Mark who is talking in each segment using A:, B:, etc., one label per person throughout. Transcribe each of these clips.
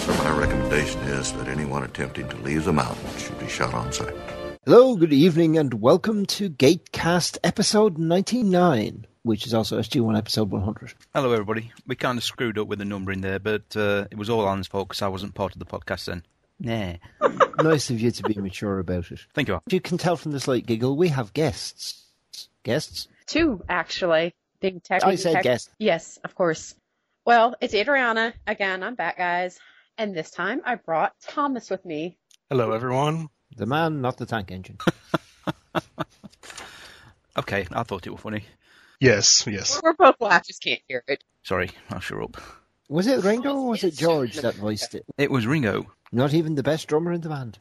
A: sir, my recommendation is that anyone attempting to leave the mountain should be shot on sight.
B: Hello, good evening, and welcome to Gatecast episode 99, which is also SG1 episode 100.
C: Hello, everybody. We kind of screwed up with the numbering there, but uh, it was all Alan's fault because I wasn't part of the podcast then. Nah.
B: nice of you to be mature about it.
C: Thank you. Al.
B: If you can tell from the slight giggle, we have guests. Guests?
D: two actually. Big tech.
B: I
D: big
B: said
D: tech-
B: guest.
D: Yes, of course. Well, it's Adriana again. I'm back, guys, and this time I brought Thomas with me.
E: Hello, everyone.
B: The man, not the tank engine.
C: Okay, I thought it was funny.
E: Yes, yes.
D: We're both laughing, just can't hear it.
C: Sorry, I'll sure up.
B: Was it Ringo or was it George that voiced it?
C: It was Ringo.
B: Not even the best drummer in the band.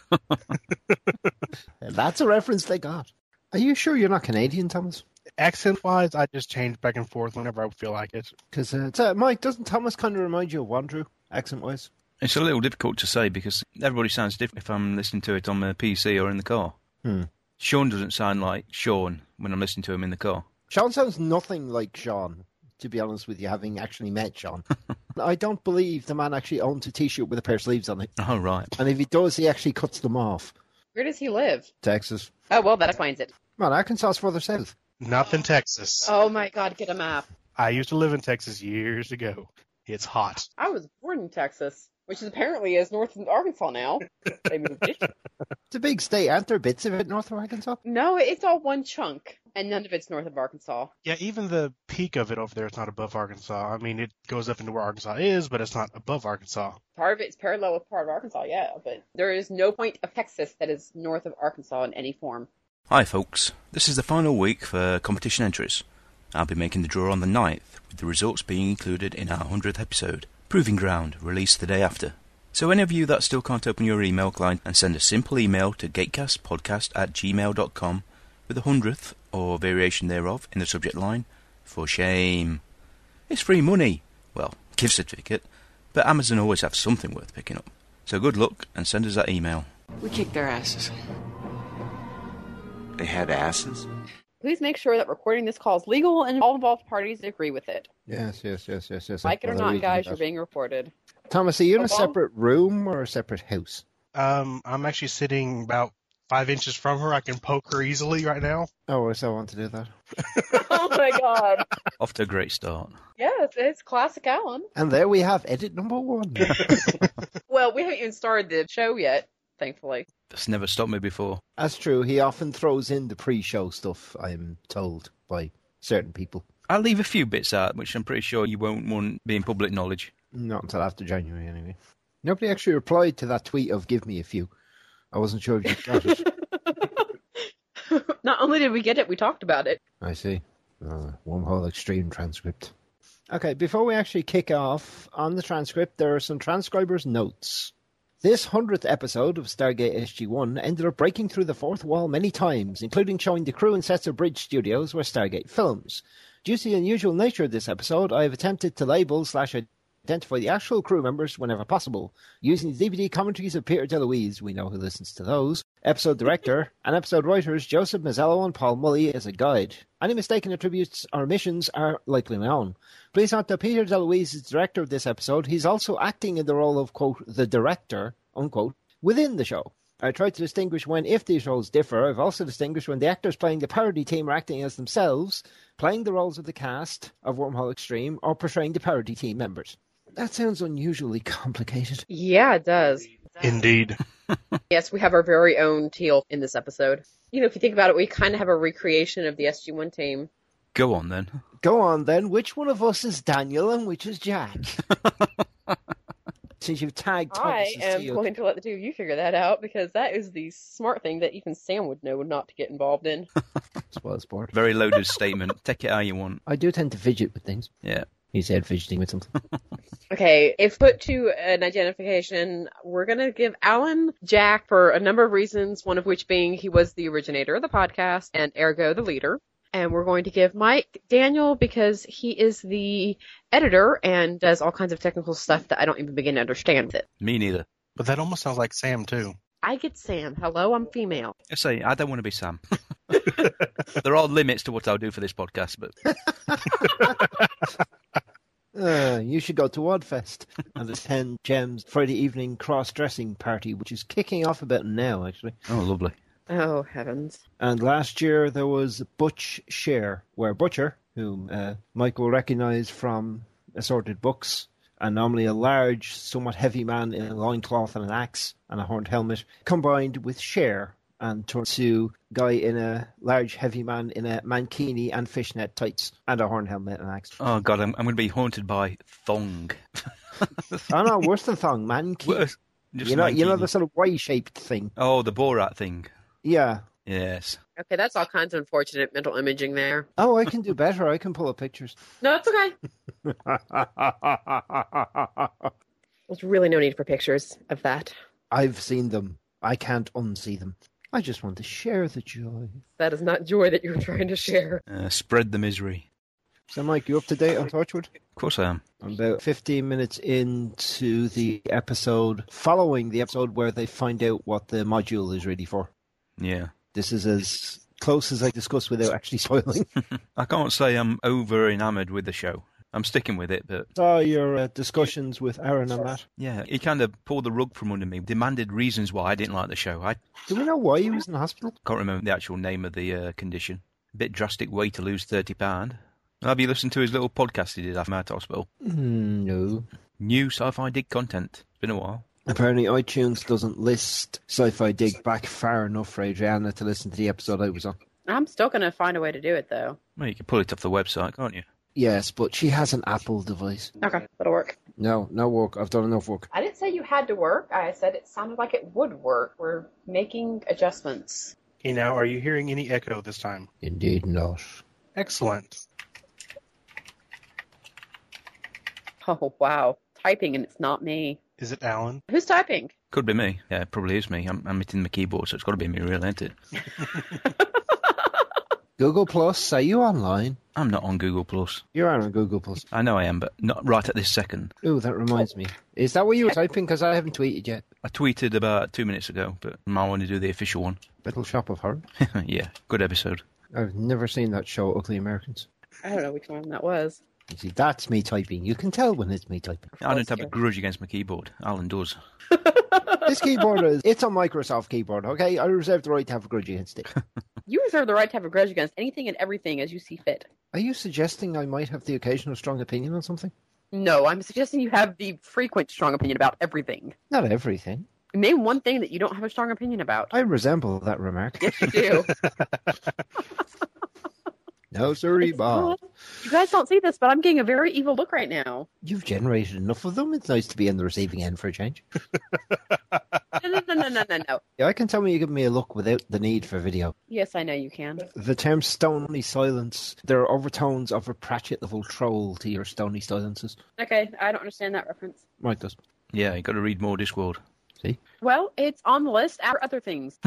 B: That's a reference they got. Are you sure you're not Canadian, Thomas?
E: Accent wise, I just change back and forth whenever I feel like it.
B: Because, uh, t- Mike, doesn't Thomas kind of remind you of Wandrew, accent wise?
C: It's a little difficult to say because everybody sounds different if I'm listening to it on my PC or in the car.
B: Hmm.
C: Sean doesn't sound like Sean when I'm listening to him in the car.
B: Sean sounds nothing like Sean, to be honest with you, having actually met Sean. I don't believe the man actually owns a t shirt with a pair of sleeves on it.
C: Oh, right.
B: And if he does, he actually cuts them off.
D: Where does he live?
B: Texas.
D: Oh well, that explains it.
B: Man, Arkansas's further south.
E: Not in Texas.
D: Oh my God, get a map.
E: I used to live in Texas years ago. It's hot.
D: I was born in Texas, which is apparently is north of Arkansas now. They moved it.
B: It's a big state. Aren't there bits of it north of Arkansas?
D: No, it's all one chunk, and none of it's north of Arkansas.
E: Yeah, even the peak of it over there is not above Arkansas. I mean, it goes up into where Arkansas is, but it's not above Arkansas.
D: Part of it's parallel with part of Arkansas, yeah, but there is no point of Texas that is north of Arkansas in any form.
C: Hi, folks. This is the final week for competition entries. I'll be making the draw on the 9th, with the results being included in our 100th episode, Proving Ground, released the day after. So, any of you that still can't open your email client and send a simple email to gatecastpodcast at gmail.com with the 100th or variation thereof in the subject line, for shame. It's free money. Well, gift certificate, but Amazon always have something worth picking up. So, good luck and send us that email.
F: We kicked their asses.
G: They had asses?
D: Please make sure that recording this call is legal and all involved parties agree with it.
B: Yes, yes, yes, yes, yes.
D: Like it or not, guys, you're being recorded.
B: Thomas, are you in a
D: Hello?
B: separate room or a separate house?
E: Um, I'm actually sitting about five inches from her. I can poke her easily right now.
B: Oh, I still want to do that.
D: oh my god.
C: Off to a great start.
D: Yes, it's classic Alan.
B: And there we have edit number one.
D: Well, we haven't even started the show yet, thankfully.
C: That's never stopped me before.
B: That's true. He often throws in the pre-show stuff. I'm told by certain people.
C: I'll leave a few bits out, which I'm pretty sure you won't want being public knowledge.
B: Not until after January, anyway. Nobody actually replied to that tweet of "Give me a few." I wasn't sure if you got it.
D: Not only did we get it, we talked about it.
B: I see. Uh, one whole extreme transcript. Okay, before we actually kick off on the transcript, there are some transcribers' notes. This 100th episode of Stargate SG1 ended up breaking through the fourth wall many times, including showing the crew and sets of Bridge Studios where Stargate films. Due to the unusual nature of this episode, I have attempted to label slash identify the actual crew members whenever possible, using the DVD commentaries of Peter DeLuise, we know who listens to those, episode director, and episode writers Joseph Mazzello and Paul Mully as a guide. Any mistaken attributes or omissions are likely my own. Please note that Peter DeLuise is director of this episode. He's also acting in the role of, quote, the director, unquote, within the show. I tried to distinguish when, if these roles differ, I've also distinguished when the actors playing the parody team are acting as themselves, playing the roles of the cast of Wormhole Extreme, or portraying the parody team members. That sounds unusually complicated.
D: Yeah, it does.
E: Indeed.
D: Yes, we have our very own teal in this episode. You know, if you think about it, we kind of have a recreation of the SG1 team.
C: Go on then.
B: Go on then, which one of us is Daniel and which is Jack? Since you've tagged Thomas
D: I
B: as
D: am
B: CEO.
D: going to let the two of you figure that out because that is the smart thing that even Sam would know not to get involved in.
B: Spoilsport.
C: Very loaded statement. Take it how you want.
B: I do tend to fidget with things.
C: Yeah.
B: He said, fidgeting with something.
D: Okay, if put to an identification, we're going to give Alan Jack for a number of reasons, one of which being he was the originator of the podcast and ergo the leader. And we're going to give Mike Daniel because he is the editor and does all kinds of technical stuff that I don't even begin to understand with it.
C: Me neither.
E: But that almost sounds like Sam too.
D: I get Sam. Hello, I'm female.
C: I say, I don't want to be Sam. there are limits to what I'll do for this podcast, but
B: Uh, you should go to Wadfest and attend Jem's Friday evening cross dressing party, which is kicking off about now, actually.
C: oh, lovely.
D: Oh, heavens.
B: And last year there was Butch Share, where Butcher, whom uh, Mike will recognize from assorted books, and normally a large, somewhat heavy man in a loincloth and an axe and a horned helmet, combined with Share and turned to guy in a large, heavy man in a mankini and fishnet tights and a horned helmet and axe.
C: Oh, God, I'm, I'm going to be haunted by Thong.
B: oh no, worse than thong, mankini.
C: Worse. Just
B: you know, you know
C: Mankini.
B: the sort of Y-shaped thing.
C: Oh, the Borat thing.
B: Yeah.
C: Yes.
D: Okay, that's all kinds of unfortunate mental imaging there.
B: Oh, I can do better. I can pull up pictures.
D: No, it's okay. There's really no need for pictures of that.
B: I've seen them. I can't unsee them. I just want to share the joy.
D: That is not joy that you're trying to share.
C: Uh, spread the misery.
B: So, Mike, you up to date on Torchwood?
C: Of course I am.
B: I'm about 15 minutes into the episode, following the episode where they find out what the module is really for.
C: Yeah.
B: This is as close as I discuss without actually spoiling.
C: I can't say I'm over enamoured with the show. I'm sticking with it, but
B: Saw your uh, discussions with Aaron and Matt.
C: yeah, he kind of pulled the rug from under me, demanded reasons why I didn't like the show. I
B: Do we know why he was in the hospital?
C: can't remember the actual name of the uh, condition. bit drastic way to lose thirty pound. Have you listened to his little podcast he did after Mad Hospital?
B: Hmm, No.
C: New sci-fi dig content. It's been a while.
B: Apparently, iTunes doesn't list Sci Fi Dig back far enough for Adriana to listen to the episode I was on.
D: I'm still going to find a way to do it, though.
C: Well, you can pull it off the website, can't you?
B: Yes, but she has an Apple device.
D: Okay, that'll work.
B: No, no work. I've done enough work.
D: I didn't say you had to work. I said it sounded like it would work. We're making adjustments.
E: You know, are you hearing any echo this time?
B: Indeed not.
E: Excellent.
D: Oh, wow. Typing, and it's not me.
E: Is it Alan?
D: Who's typing?
C: Could be me. Yeah, it probably is me. I'm, I'm hitting the keyboard, so it's got to be me, really, ain't it?
B: Google Plus, are you online?
C: I'm not on Google Plus.
B: You're on Google Plus.
C: I know I am, but not right at this second.
B: Oh, that reminds me. Is that what you were typing? Because I haven't tweeted yet.
C: I tweeted about two minutes ago, but I want to do the official one.
B: Little Shop of Horror.
C: yeah, good episode.
B: I've never seen that show, Ugly Americans.
D: I don't know which one that was.
B: You see, that's me typing. You can tell when it's me typing.
C: I don't have a grudge against my keyboard. Alan does.
B: This keyboard is, it's a Microsoft keyboard, okay? I reserve the right to have a grudge against it.
D: You reserve the right to have a grudge against anything and everything as you see fit.
B: Are you suggesting I might have the occasional strong opinion on something?
D: No, I'm suggesting you have the frequent strong opinion about everything.
B: Not everything.
D: Name one thing that you don't have a strong opinion about.
B: I resemble that remark.
D: Yes, you do.
B: No, sorry, Bob.
D: you guys don't see this, but I'm getting a very evil look right now.
B: You've generated enough of them. It's nice to be on the receiving end for a change.
D: No, no, no, no, no, no, no.
B: Yeah, I can tell when you give me a look without the need for video.
D: Yes, I know you can.
B: The term stony silence, there are overtones of a Pratchett level troll to your stony silences.
D: Okay, I don't understand that reference.
B: Mike does.
C: Yeah, you got to read more Discworld.
D: Well, it's on the list after other things.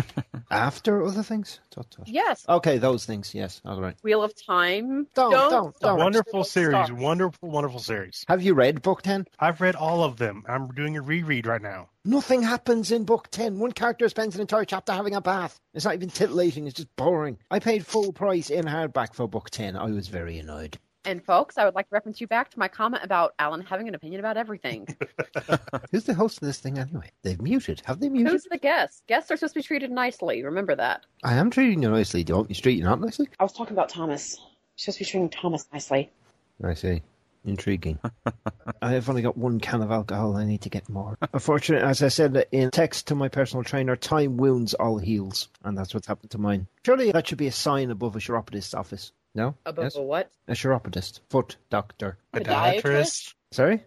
B: After other things? Tut, tut.
D: Yes.
B: Okay, those things, yes. All right.
D: Wheel of Time.
B: Don't, don't, don't.
E: wonderful series.
D: stop.
E: Wonderful, wonderful series.
B: Have you read Book 10?
E: I've read all of them. I'm doing a reread right now.
B: Nothing happens in Book 10. One character spends an entire chapter having a bath. It's not even titillating, it's just boring. I paid full price in hardback for Book 10. I was very annoyed.
D: And folks, I would like to reference you back to my comment about Alan having an opinion about everything.
B: Who's the host of this thing anyway? They've muted. Have they muted?
D: Who's the guest? Guests are supposed to be treated nicely. Remember that.
B: I am treating you nicely. Do you want me to treat you not nicely?
D: I was talking about Thomas. supposed to be treating Thomas nicely.
B: I see. Intriguing. I have only got one can of alcohol. I need to get more. Unfortunately, as I said in text to my personal trainer, time wounds all heals. And that's what's happened to mine. Surely that should be a sign above a chiropodist's office. No?
D: Above
B: Yes?
D: a what?
B: A chiropodist. Foot doctor.
D: Podiatrist?
B: Sorry?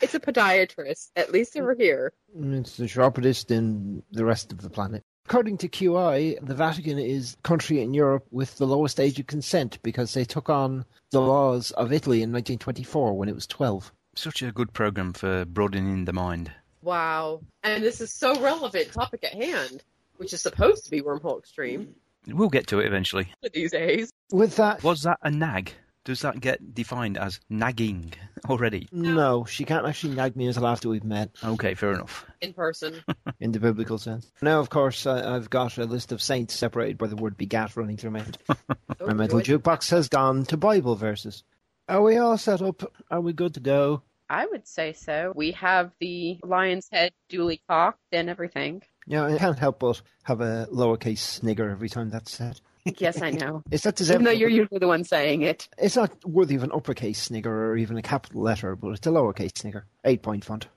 D: It's a podiatrist. At least over here.
B: It's a chiropodist in the rest of the planet. According to QI, the Vatican is the country in Europe with the lowest age of consent because they took on the laws of Italy in 1924 when it was 12.
C: Such a good program for broadening the mind.
D: Wow. And this is so relevant, topic at hand, which is supposed to be Wormhole Extreme
C: We'll get to it eventually.
D: these days.
B: With that,
C: Was that a nag? Does that get defined as nagging already?
B: no, she can't actually nag me until after we've met.
C: Okay, fair enough.
D: In person.
B: in the biblical sense. Now, of course, I, I've got a list of saints separated by the word begat running through my head.
D: Oh,
B: My mental
D: joy.
B: jukebox has gone to Bible verses. Are we all set up? Are we good to go?
D: I would say so. We have the lion's head duly cocked and everything.
B: Yeah, I can't help but have a lowercase snigger every time that's said.
D: Yes, I know.
B: It's not deserved,
D: Even though you're usually the one saying it.
B: It's not worthy of an uppercase snigger or even a capital letter, but it's a lowercase snigger. Eight point font.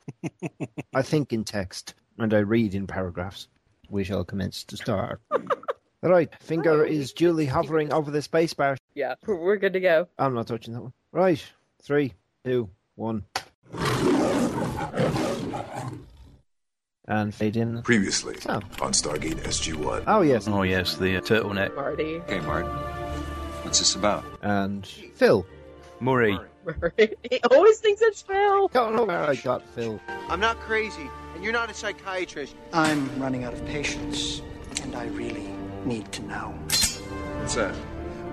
B: I think in text and I read in paragraphs. We shall commence to start. right, finger is duly hovering over the spacebar.
D: Yeah, we're good to go.
B: I'm not touching that one. Right. Three, two, one. And fade in.
H: Previously
B: Oh.
H: on Stargate SG-1.
B: Oh, yes.
C: Oh, yes, the uh, turtleneck.
D: Marty.
G: Hey, Martin. What's this about?
B: And Phil.
C: Murray.
D: he always thinks it's Phil.
B: Don't know where I got Phil.
I: I'm not crazy, and you're not a psychiatrist. I'm running out of patience, and I really need to know.
G: What's that?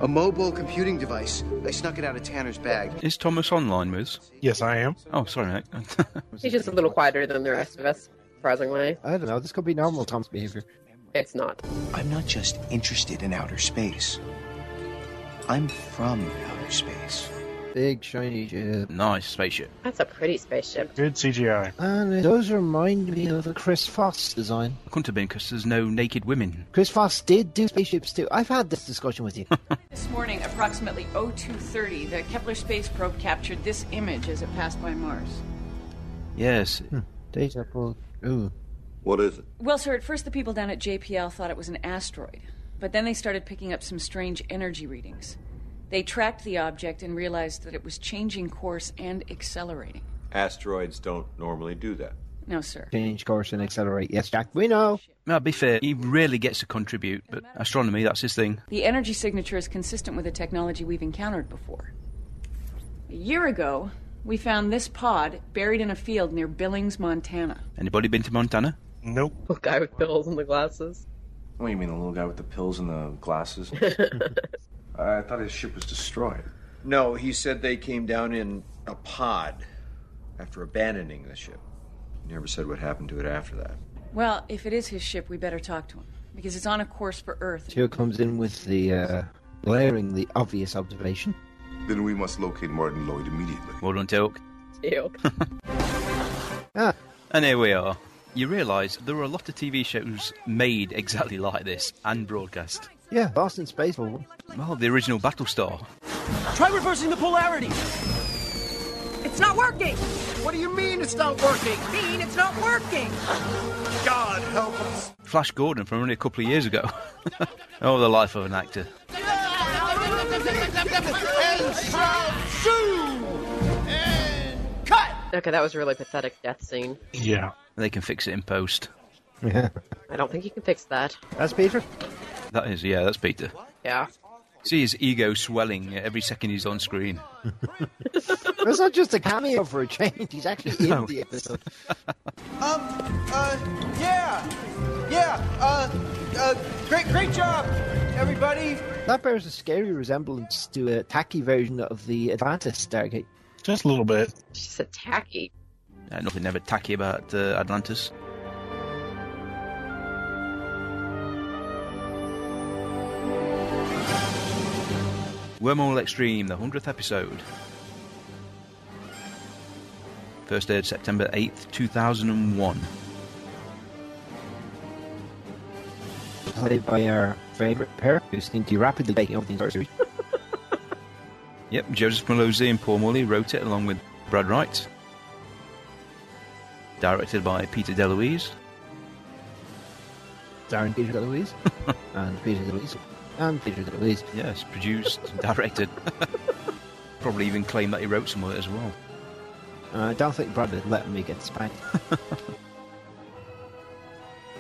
I: A mobile computing device. I snuck it out of Tanner's bag.
C: Is Thomas online with us?
E: Yes, I am.
C: Oh, sorry, mate.
D: He's just a little quieter than the rest of us, surprisingly.
B: I don't know. Oh, This could be normal Tom's behavior.
D: It's not.
I: I'm not just interested in outer space. I'm from outer space.
B: Big, shiny ship.
C: nice spaceship.
D: That's a pretty spaceship.
E: Good CGI.
B: And it does remind me of the Chris Foss design.
C: Couldn't have been because there's no naked women.
B: Chris Foss did do spaceships too. I've had this discussion with you.
J: This morning, approximately 0230, the Kepler space probe captured this image as it passed by Mars.
C: Yes.
B: Data bug.
A: Hmm.
B: Ooh.
A: What is it?
J: Well, sir, at first the people down at JPL thought it was an asteroid, but then they started picking up some strange energy readings. They tracked the object and realized that it was changing course and accelerating.
G: Asteroids don't normally do that.
J: No, sir.
B: Change course and accelerate. Yes, Jack. We know.
C: Now, to be fair, he rarely gets to contribute, but astronomy, that's his thing.
J: The energy signature is consistent with the technology we've encountered before. A year ago, we found this pod buried in a field near Billings, Montana.
C: Anybody been to Montana?
E: Nope.
D: Little guy with pills and the glasses.
K: What do you mean, the little guy with the pills and the glasses? I thought his ship was destroyed.
I: No, he said they came down in a pod after abandoning the ship. He never said what happened to it after that.
J: Well, if it is his ship, we better talk to him because it's on a course for Earth.
B: Here comes in with the uh, glaringly obvious observation.
H: Then we must locate Martin Lloyd immediately.
C: Well done, Tilk.
D: Ew.
B: Ah,
C: And here we are. You realise there are a lot of TV shows made exactly like this and broadcast.
B: yeah. Boston Space Forward.
C: Well, the original Battlestar.
I: Try reversing the polarity!
J: It's not working.
I: What do you mean it's not working?
J: Dean, it's not working.
H: God help us!
C: Flash Gordon from only a couple of years ago. oh, the life of an actor.
D: Okay, that was a really pathetic death scene.
E: Yeah.
C: They can fix it in post.
B: Yeah.
D: I don't think you can fix that.
B: That's Peter.
C: That is, yeah, that's Peter.
D: Yeah.
C: See his ego swelling every second he's on screen.
B: That's not just a cameo for a change. He's actually in
C: No.
B: the episode.
I: Um, uh, yeah, yeah, uh, uh, great, great job, everybody.
B: That bears a scary resemblance to a tacky version of the Atlantis Stargate.
E: Just a little bit.
D: It's just a tacky.
C: Uh, nothing ever tacky about uh, Atlantis. Wormhole Extreme, the 100th episode. First aired September 8th, 2001.
B: Played by our favourite pair, who seem to be rapidly taking over the entire series.
C: Yep, Joseph Malozzi and Paul Mully wrote it along with Brad Wright. Directed by Peter DeLuise.
B: Darren Peter DeLuise. and Peter DeLuise. And Peter DeLuise.
C: Yes, produced, directed. Probably even claim that he wrote some of it as well.
B: Uh, I don't think Brad would let me get spanked.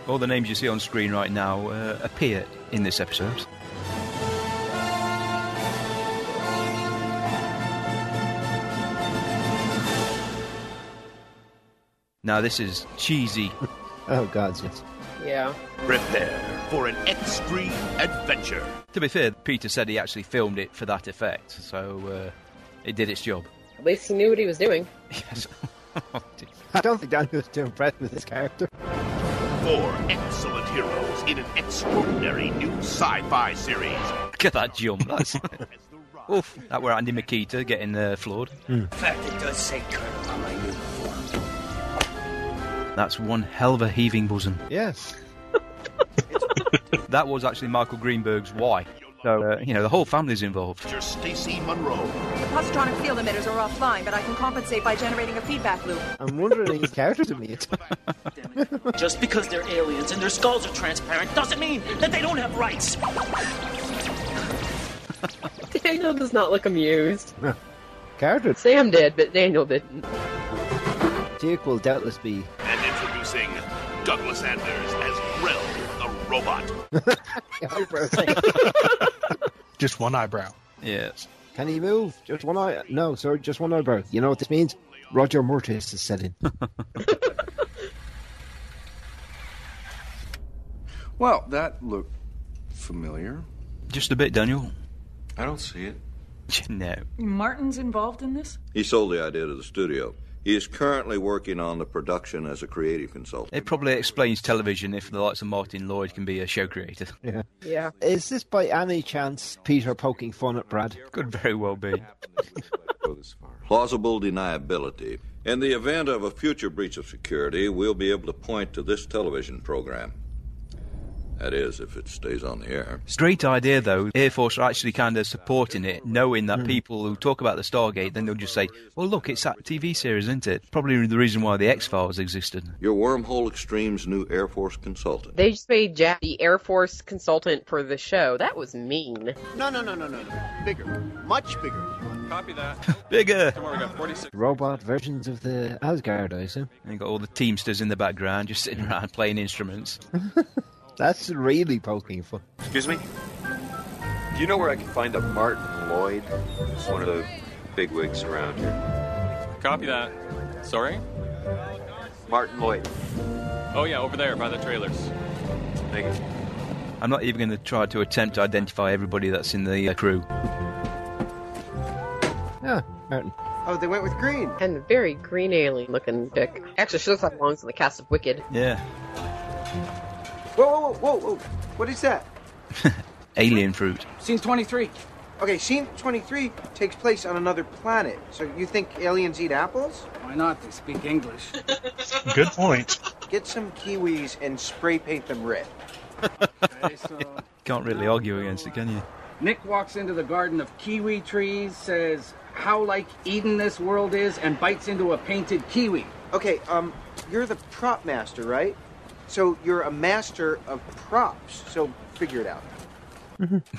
C: All the names you see on screen right now uh, appear in this episode. Now, this is cheesy.
B: oh, God, yes.
D: Yeah.
L: Prepare for an extreme adventure.
C: To be fair, Peter said he actually filmed it for that effect, so uh, it did its job.
D: At least he knew what he was doing.
C: Yes.
E: Oh,
B: I don't think Daniel was too impressed with this character.
L: Four excellent heroes in an extraordinary new sci-fi series.
C: Look at that jump. That's... Oof, that were Andy Makita getting uh, floored.
B: Hmm.
M: In fact, it does say Colonel on my uniform.
C: That's one hell of a heaving bosom.
B: Yes.
C: that was actually Michael Greenberg's why. So, uh, you know, the whole family's involved.
L: Dr. Stacy Monroe.
N: The positronic field emitters are offline, but I can compensate by generating a feedback loop.
B: I'm wondering these characters are made.
M: Just because they're aliens and their skulls are transparent doesn't mean that they don't have rights.
D: Daniel does not look amused.
B: Characters.
D: Sam did, but Daniel didn't.
B: Jake will doubtless be.
L: And introducing Douglas Anders as Grell, the robot.
E: Just one eyebrow.
C: Yes.
B: Can he move? Just one eye? No, sir, just one eyebrow. You know what this means? Roger Mortis is set in.
K: Well, that looked familiar.
C: Just a bit, Daniel.
G: I don't see it.
C: no.
J: Martin's involved in this?
A: He sold the idea to the studio. He is currently working on the production as a creative consultant.
C: It probably explains television if the likes of Martin Lloyd can be a show creator.
B: Yeah.
D: Yeah.
B: Is this by any chance Peter poking fun at Brad?
C: Could very well be.
A: Plausible deniability. In the event of a future breach of security, we'll be able to point to this television program. That is, if it stays on the air.
C: Straight idea, though. Air Force are actually kind of supporting it, knowing that people who talk about the Stargate, then they'll just say, well, look, it's that TV series, isn't it? Probably the reason why the X Files existed.
A: Your Wormhole Extreme's new Air Force consultant.
D: They just made Jack the Air Force consultant for the show. That was mean.
M: No, no, no, no, no. no. Bigger. Much bigger.
G: Copy that.
C: Bigger!
G: Tomorrow we got 46.
B: Robot versions of the Asgard, I assume.
C: And you've got all the Teamsters in the background just sitting around playing instruments.
B: That's really poking fun.
G: Excuse me? Do you know where I can find a Martin Lloyd? He's one of the bigwigs around here.
O: Copy that. Sorry?
G: Martin Lloyd.
O: Oh, yeah, over there by the trailers.
G: Thank you.
C: I'm not even going to try to attempt to identify everybody that's in the uh, crew.
B: Yeah, Ah, Martin.
I: Oh, they went with green.
D: And a very green alien looking dick. Actually, she looks like belongs in the cast of Wicked.
C: Yeah.
I: Whoa, whoa, whoa, whoa, whoa. What is that?
C: Alien fruit.
I: Scene 23. Okay, scene 23 takes place on another planet. So you think aliens eat apples?
M: Why not? They speak English.
E: Good point.
I: Get some kiwis and spray paint them red.
M: Okay, so
C: Can't really argue against it, can you?
M: Nick walks into the garden of kiwi trees, says how like Eden this world is, and bites into a painted kiwi.
I: Okay, um, you're the prop master, right? So you're a master of props. So figure it out.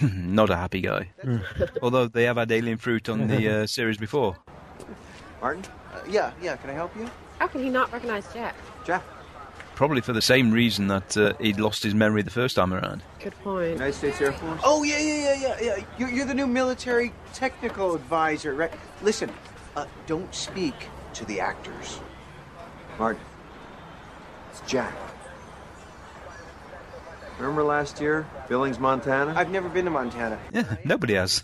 C: Not a happy guy. Although they have had alien fruit on the uh, series before.
I: Martin? Uh, yeah, yeah. Can I help you?
D: How can he not recognize Jack?
I: Jack.
C: Probably for the same reason that uh, he'd lost his memory the first time around.
D: Good point.
I: United States Air Force. Oh yeah, yeah, yeah, yeah, yeah. You're, you're the new military technical advisor, right? Listen, uh, don't speak to the actors. Martin, it's Jack.
G: Remember last year? Billings, Montana?
I: I've never been to Montana.
C: Yeah, nobody has.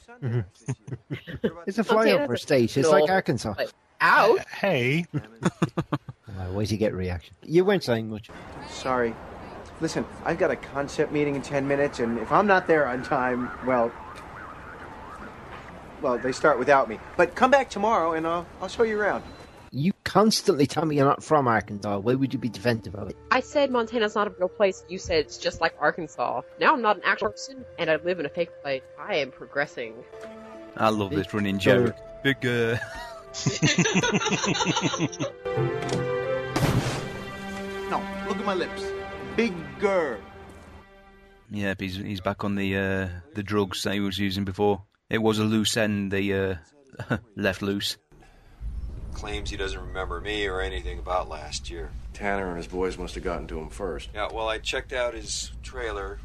B: It's a
D: Okay,
B: flyover
D: that's a
B: state. It's
D: little-
B: like Arkansas.
D: Like, Ow!
E: Hey.
B: Uh, way to get reaction. You weren't saying much.
I: Sorry. Listen, I've got a concept meeting in 10 minutes, and if I'm not there on time, well. Well, they start without me. But come back tomorrow and I'll, I'll show you around.
B: You constantly tell me you're not from Arkansas. Why would you be defensive of it?
D: I said Montana's not a real place. You said it's just like Arkansas. Now I'm not an actual person, and I live in a fake place. I am progressing.
C: I love this running joke. Big, uh,
I: No, look at my lips. Bigger.
C: Yep, he's he's back on the uh, the drugs that he was using before. It was a loose end they uh, left loose.
G: Claims he doesn't remember me or anything about last year.
K: Tanner and his boys must have gotten to him first.
G: Yeah, well, I checked out his trailer.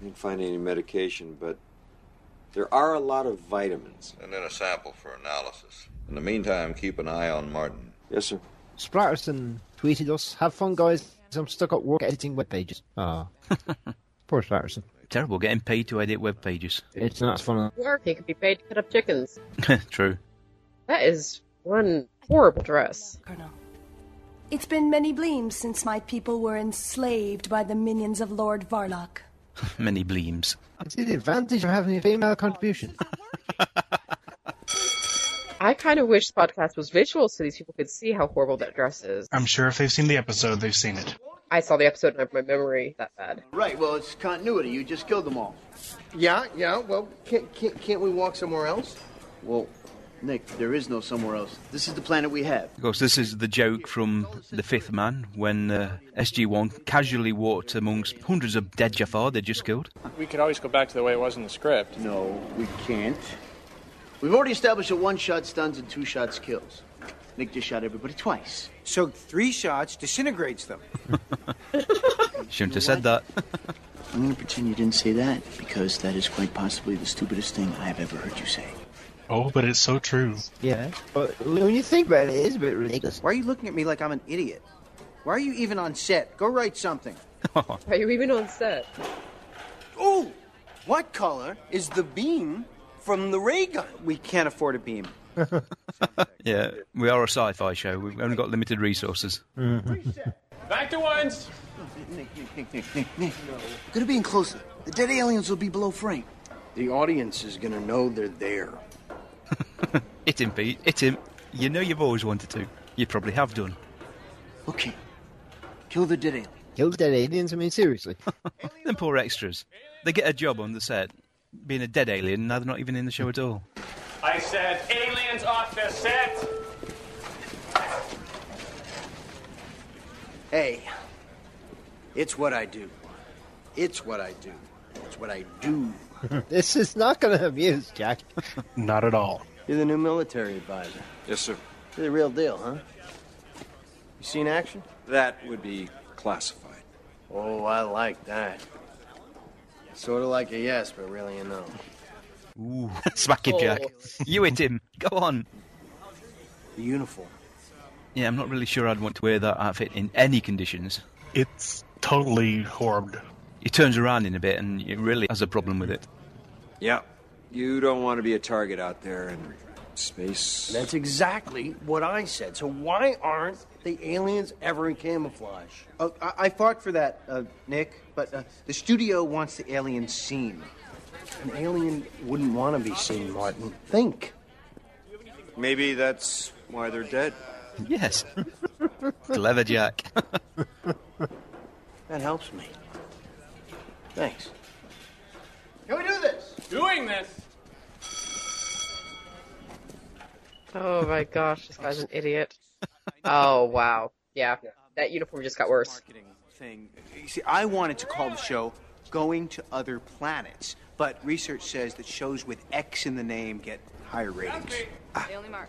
G: I didn't find any medication, but there are a lot of vitamins.
A: And then a sample for analysis. In the meantime, keep an eye on Martin.
G: Yes, sir.
B: Splatterson tweeted us, "Have fun, guys. I'm stuck at work editing web pages." Ah, poor Splatterson.
C: Terrible getting paid to edit web pages.
B: It's not fun.
D: Work. He could be paid to cut up chickens.
C: True.
D: That is one horrible dress.
N: Colonel. It's been many bleams since my people were enslaved by the minions of Lord Varlock.
C: Many bleams.
B: I see the advantage of having a female contribution.
D: I kind of wish the podcast was visual so these people could see how horrible that dress is.
E: I'm sure if they've seen the episode, they've seen it.
D: I saw the episode and I have my memory that bad.
P: Right, well, it's continuity. You just killed them all. Yeah, yeah, well, can't, can't, can't we walk somewhere else? Well, Nick, there is no somewhere else. This is the planet we have.
C: Of course, this is the joke from The Fifth Man when uh, SG1 casually walked amongst hundreds of dead Jafar they just killed.
O: We could always go back to the way it was in the script.
P: No, we can't. We've already established that one shot stuns and two shots kills. Nick just shot everybody twice.
I: So three shots disintegrates them.
C: Shouldn't have said that.
P: I'm going to pretend you didn't say that because that is quite possibly the stupidest thing I have ever heard you say.
E: Oh, but it's so true.
B: Yeah, but when you think about it, it is a bit ridiculous.
I: Why are you looking at me like I'm an idiot? Why are you even on set? Go write something.
B: Oh,
D: Are you even on set?
I: Ooh! What color is the beam from the ray gun? We can't afford a beam.
C: Yeah, we are a sci fi show. We've only got limited resources.
O: Back to ones.
P: Nick, Nick, Nick, Nick, Nick, Nick. Gonna be in closer. The dead aliens will be below frame. The audience is gonna know they're there.
C: Hit him, Pete. Hit him. You know you've always wanted to. You probably have done.
P: Okay. Kill the dead alien.
B: Kill the dead aliens? I mean, seriously.
C: Them poor extras. They get a job on the set being a dead alien, now they're not even in the show at all.
L: I said, aliens off the set.
P: Hey, it's what I do. It's what I do. It's what I do.
B: this is not going to amuse Jack.
E: Not at all.
I: You're the new military advisor.
G: Yes, sir.
I: You're the real deal, huh? You seen action?
G: That would be classified.
I: Oh, I like that. Sort of like a yes, but really a no.
C: Ooh, smack
G: Oh.
C: him,
P: Oh.
C: Jack. You hit him. Go on.
P: The uniform.
C: Yeah, I'm not really sure I'd want to wear that outfit in any conditions.
E: It's totally horrid.
C: He turns around in a bit and he really has a problem with it.
G: Yeah. You don't want to be a target out there in space.
P: That's exactly what I said. So why aren't the aliens ever in camouflage?
I: Oh, I, I fought for that, uh, Nick, but uh, the studio wants the alien seen.
P: An alien wouldn't want to be seen, Martin. Think.
G: Maybe that's why they're dead.
C: Yes. Clever Jack.
P: That helps me. Thanks.
I: Can we do this?
L: Doing this.
D: Oh my gosh, this guy's an idiot. Oh wow. Yeah. That uniform just got worse.
I: Thing. You see, I wanted to call the show "Going to Other Planets," but research says that shows with X in the name get higher ratings.
N: The only mark.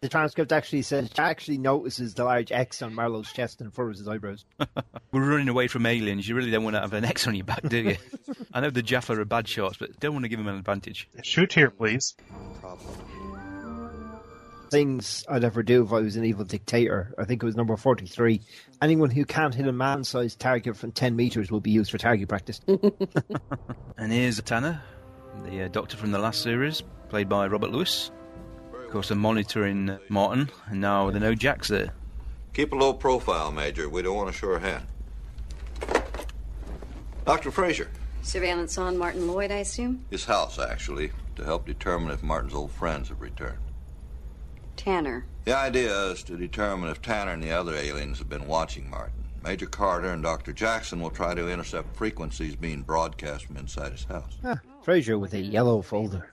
B: The transcript actually says Jack actually notices the large X on Marlowe's chest and furrows his eyebrows.
C: We're running away from aliens. You really don't want to have an X on your back, do you? I know the Jaffa are bad shots, but don't want to give them an advantage.
E: Shoot here, please.
B: Things I'd ever do if I was an evil dictator. I think it was number 43. Anyone who can't hit a man sized target from 10 meters will be used for target practice.
C: And here's Tanner, the uh, doctor from the last series, played by Robert Lewis. Of course, they're monitoring uh, Martin, and now they know Jack's there.
A: Keep a low profile, Major. We don't want to show our hand. Dr. Fraser,
Q: Surveillance on Martin Lloyd, I assume?
A: his house, actually, to help determine if Martin's old friends have returned.
Q: Tanner.
A: The idea is to determine if Tanner and the other aliens have been watching Martin. Major Carter and Dr. Jackson will try to intercept frequencies being broadcast from inside his house.
B: Ah, Fraser with a yellow folder.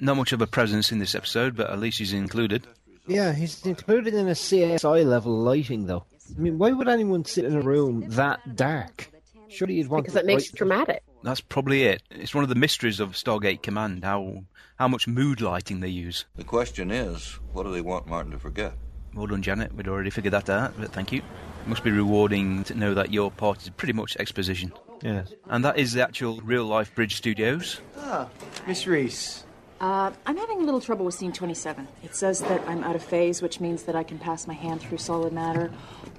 C: Not much of a presence in this episode, but at least he's included.
B: Yeah, he's included in a CSI level lighting, though. I mean, why would anyone sit in a room that dark? Surely you'd want
D: Because that makes
B: light-
D: it dramatic.
C: that's probably it. It's one of the mysteries of Stargate Command how how much mood lighting they use.
A: The question is, what do they want Martin to forget?
C: Well done, Janet. We'd already figured that out, but thank you. Must be rewarding to know that your part is pretty much exposition.
B: Yes.
C: And that is the actual real life Bridge Studios.
I: Ah, Miss Reese.
R: Uh, I'm having a little trouble with scene 27. It says that I'm out of phase, which means that I can pass my hand through solid matter,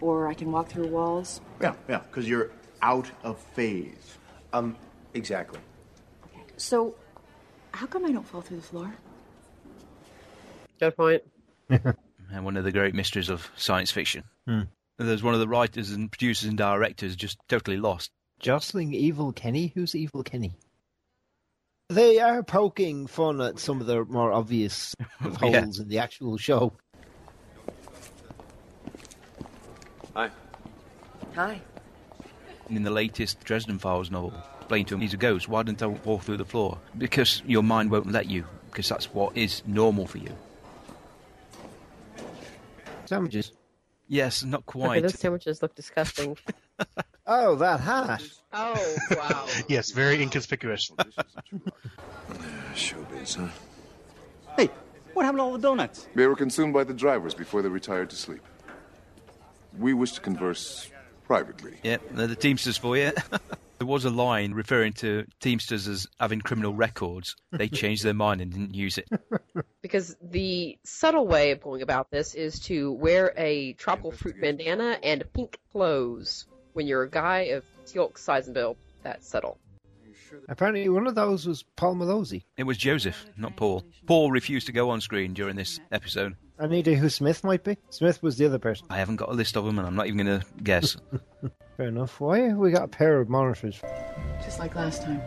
R: or I can walk through walls.
P: Yeah, yeah, because you're out of phase.
I: Um, exactly.
R: So, how come I don't fall through the floor?
D: Good point.
C: and one of the great mysteries of science fiction. There's one of the writers and producers and directors just totally lost.
B: Jostling Evil Kenny? Who's Evil Kenny? They are poking fun at some of the more obvious
C: Yeah.
B: holes in the actual show.
G: Hi.
S: Hi.
C: In the latest Dresden Files novel, explain to him he's a ghost. Why didn't I fall through the floor? Because your mind won't let you. Because that's what is normal for you.
B: Sandwiches.
C: Yes, not
D: Okay,
C: quite.
D: those sandwiches look disgusting.
B: Oh, that hat.
D: oh, wow.
E: yes, very inconspicuous.
H: Showbiz, huh?
I: Hey, what happened to all the donuts?
H: They were consumed by the drivers before they retired to sleep. We wish to converse privately.
C: Yeah, they're the Teamsters for you. there was a line referring to Teamsters as having criminal records. They changed their mind and didn't use it.
D: because the subtle way of going about this is to wear a tropical fruit bandana and pink clothes when you're a guy of Teal'c size and build. That's subtle.
B: Apparently, one of those was Paul Malozzi.
C: It was Joseph, not Paul. Paul refused to go on screen during this episode.
B: An idea who Smith might be. Smith was the other person.
C: I haven't got a list of them, and I'm not even going to guess.
B: Fair enough. Why have we got a pair of monitors?
F: Just like last time.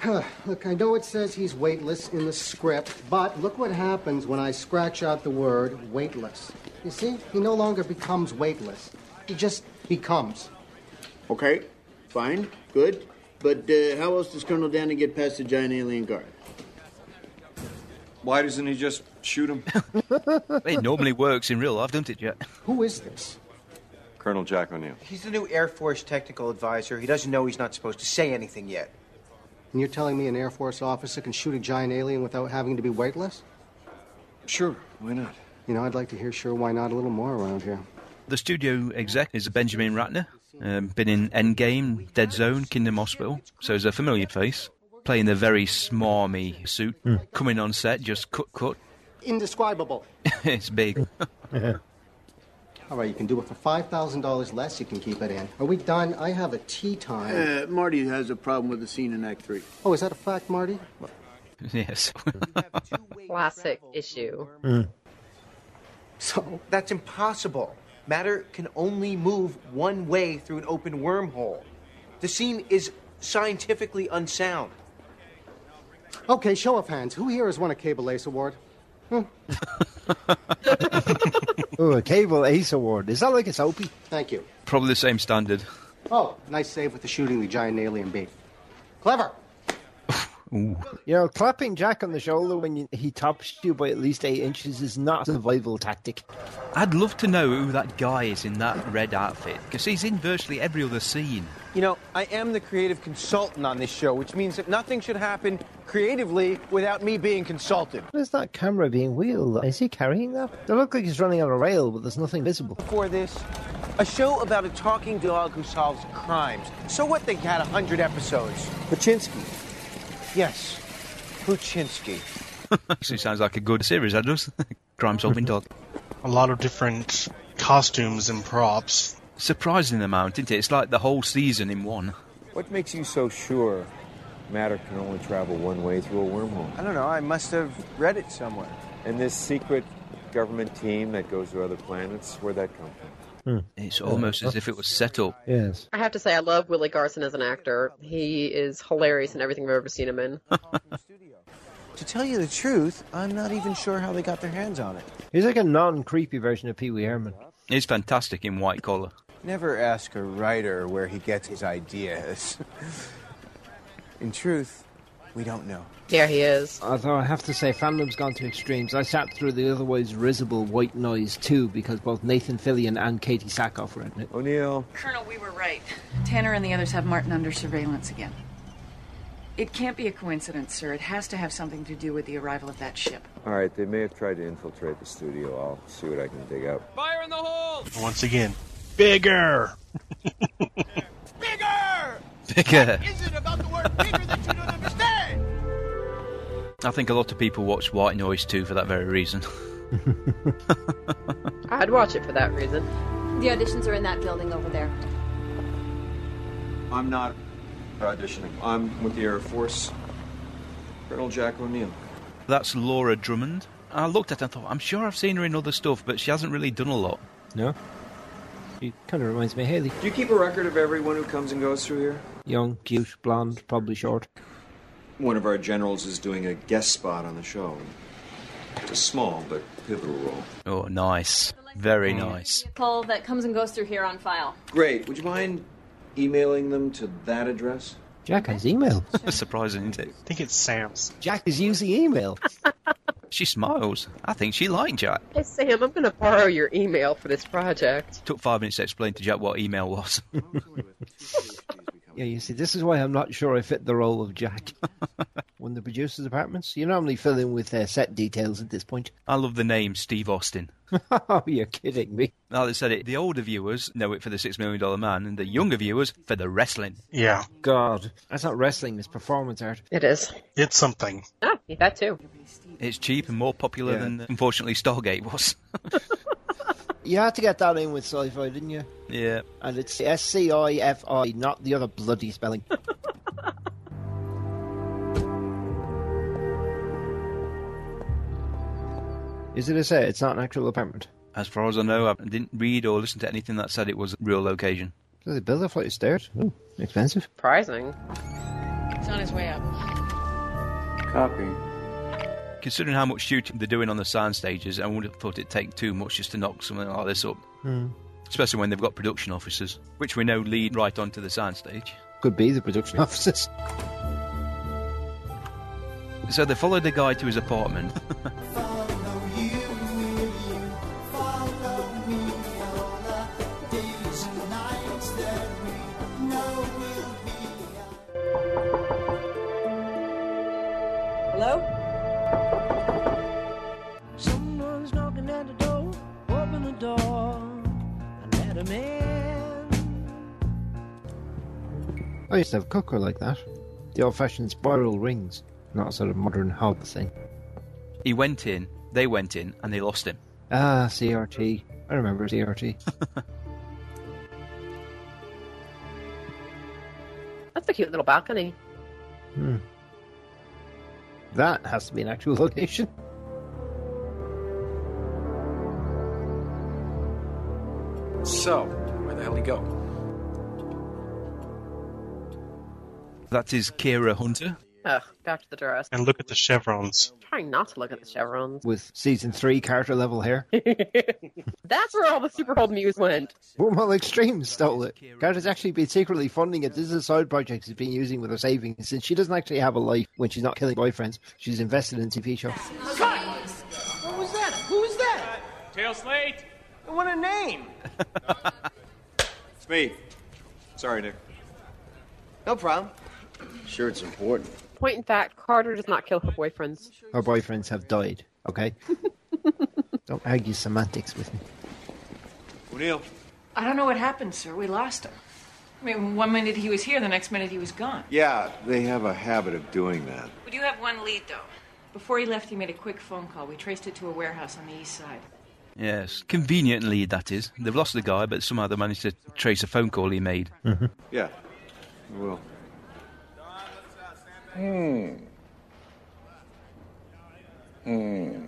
T: Huh, look, I know it says he's weightless in the script, but look what happens when I scratch out the word weightless. You see, he no longer becomes weightless. He just becomes.
P: Okay, fine, good. But uh, how else does Colonel Danny get past the giant alien guard?
G: Why doesn't he just shoot him?
C: it normally works in real life, doesn't it, Jack?
T: Who is this?
G: Colonel Jack O'Neill.
I: He's the new Air Force technical advisor. He doesn't know he's not supposed to say anything yet.
T: And you're telling me an Air Force officer can shoot a giant alien without having to be weightless?
G: Sure, why not?
T: You know, I'd like to hear sure why not a little more around here.
C: The studio exec is Benjamin Ratner. Um, been in Endgame, Dead Zone, Kingdom Hospital, so he's a familiar face. Playing the very smarmy suit, coming on set, just cut, cut.
T: Indescribable.
C: it's big.
T: All right, you can do it for $5,000 less. You can keep it in. Are we done? I have a tea time.
P: Uh, Marty has a problem with the scene in Act Three.
T: Oh, is that a fact, Marty?
C: Yes.
D: Classic issue.
I: So that's impossible. Matter can only move one way through an open wormhole. The scene is scientifically unsound.
T: Okay, show of hands. Who here has won a Cable Ace Award?
B: Oh, a Cable Ace Award. Is that like a soapy?
T: Thank you.
C: Probably the same standard.
T: Oh, nice save with the shooting the giant alien bee. Clever.
B: You know, clapping Jack on the shoulder when you, he tops you by at least eight inches is not a survival tactic.
C: I'd love to know who that guy is in that red outfit, because he's in virtually every other scene.
I: You know, I am the creative consultant on this show, which means that nothing should happen creatively without me being consulted.
B: What is that camera being wheeled? Is he carrying that? They look like he's running on a rail, but there's nothing visible.
I: Before this, a show about a talking dog who solves crimes. So what they had a hundred episodes. Puchinsky. Yes. Puchinsky.
C: Actually, sounds like a good series, that does. Crime solving dog.
E: A lot of different costumes and props.
C: Surprising amount, isn't it? It's like the whole season in one.
G: What makes you so sure matter can only travel one way through a wormhole?
I: I don't know, I must have read it somewhere.
G: And this secret government team that goes to other planets, where'd that come from?
C: It's almost as if it was set up.
B: Hmm. Yes.
D: I have to say, I love Willie Garson as an actor. He is hilarious in everything I've ever seen him in.
I: To tell you the truth, I'm not even sure how they got their hands on it.
B: He's like a non creepy version of Pee Wee Herman.
C: It's fantastic in White Collar.
I: Never ask a writer where he gets his ideas. In truth, We don't know.
D: Yeah, he is.
B: Although I have to say, Phantom's gone to extremes. I sat through the otherwise risible White Noise too because both Nathan Fillion and Katie Sackhoff were in it.
I: O'Neill.
J: Colonel, we were right. Tanner and the others have Martin under surveillance again. It can't be a coincidence, sir. It has to have something to do with the arrival of that ship.
S: All right, they may have tried to infiltrate the studio. I'll see what I can dig up.
L: Fire in the hole!
E: Once again, bigger.
L: Bigger!
C: Bigger.
L: Is it about the word bigger that you don't understand?
C: I think a lot of people watch White Noise too for that very reason.
D: I'd watch it for that reason.
Q: The auditions are in that building over there.
G: I'm not auditioning. I'm with the Air Force. Colonel Jack O'Neill.
C: That's Laura Drummond. I looked at her and thought, I'm sure I've seen her in other stuff, but she hasn't really done a lot.
B: No? She kind of reminds me of Haley.
G: Do you keep a record of everyone who comes and goes through here?
B: Young, cute, blonde, probably short.
G: One of our generals is doing a guest spot on the show. It's a small but pivotal role.
C: Oh, nice.
E: Mm.
C: Very nice.
Q: Call that comes and goes through here on file.
G: Great. Would you mind emailing them to that address?
B: Jack has email.
C: Surprising, isn't it?
E: I think it's Sam's.
B: Jack is using email.
C: She smiles. I think she liked Jack.
D: Hey, Sam, I'm going to borrow your email for this project.
C: Took five minutes to explain to Jack what email was.
B: Yeah, you see, this is why I'm not sure I fit the role of Jack. One of the producers' apartments. You normally fill in with uh, set details at this point.
C: I love the name Steve Austin.
B: oh, you're kidding me.
C: Now they said it, the older viewers know it for the Six Million Dollar Man, and the younger viewers for the wrestling.
E: Yeah,
B: God, that's not wrestling. It's performance art.
D: It is.
E: it's something.
D: Ah, that too.
C: It's cheap and more popular than, unfortunately, Stargate was.
B: You had to get that in with sci-fi, didn't you?
C: yeah.
B: And it's S C I F I, not the other bloody spelling. Is it a set? It's not an actual apartment.
C: As far as I know, I didn't read or listen to anything that said it was a real location.
B: Does it build a flight of stairs? Oh, expensive.
D: Surprising.
J: It's on his way up.
C: Copy. Considering how much shooting they're doing on the sound stages, I would have thought it'd take too much just to knock something like this up.
B: Hmm.
C: Especially when they've got production officers, which we know lead right onto the sound stage.
B: Could be the production officers.
C: So they followed the guy to his apartment.
U: Hello?
V: Someone's knocking at the door. Open the door and let 'em in.
B: I used to have cooker like that. The old-fashioned spiral rings, not a sort of modern hob thing.
C: He went in, they went in, and they lost him.
B: Ah, CRT. I remember CRT.
D: That's a cute little balcony.
B: hmm. That has to be an actual location.
W: So, where the hell he go?
C: That is Kira Hunter.
D: Ugh, back to the dress.
E: And look at the chevrons.
D: Trying not to look at the chevrons.
B: With season three Carter level hair.
D: That's where all the super old muse went.
B: Wormhole Extreme stole it. Carter's actually been secretly funding it. This is a side project she's been using with her savings since she doesn't actually have a life when she's not killing boyfriends. She's invested in TV show.
V: Cut! What was that? Who was that?
O: Tail Slate!
V: And what a name!
G: It's me. Sorry, Nick.
P: No problem. Sure, it's important.
D: Point in fact, Carter does not kill her boyfriends.
B: Her boyfriends have died, okay? Don't argue semantics with me.
G: O'Neill.
J: I don't know what happened, sir. We lost him. I mean, one minute he was here, the next minute he was gone.
G: Yeah, they have a habit of doing that.
J: We do have one lead, though. Before he left, he made a quick phone call. We traced it to a warehouse on the east side.
C: Yes, conveniently that is. They've lost the guy, but somehow they managed to trace a phone call he made.
G: Yeah. Well. Hmm.
C: oh,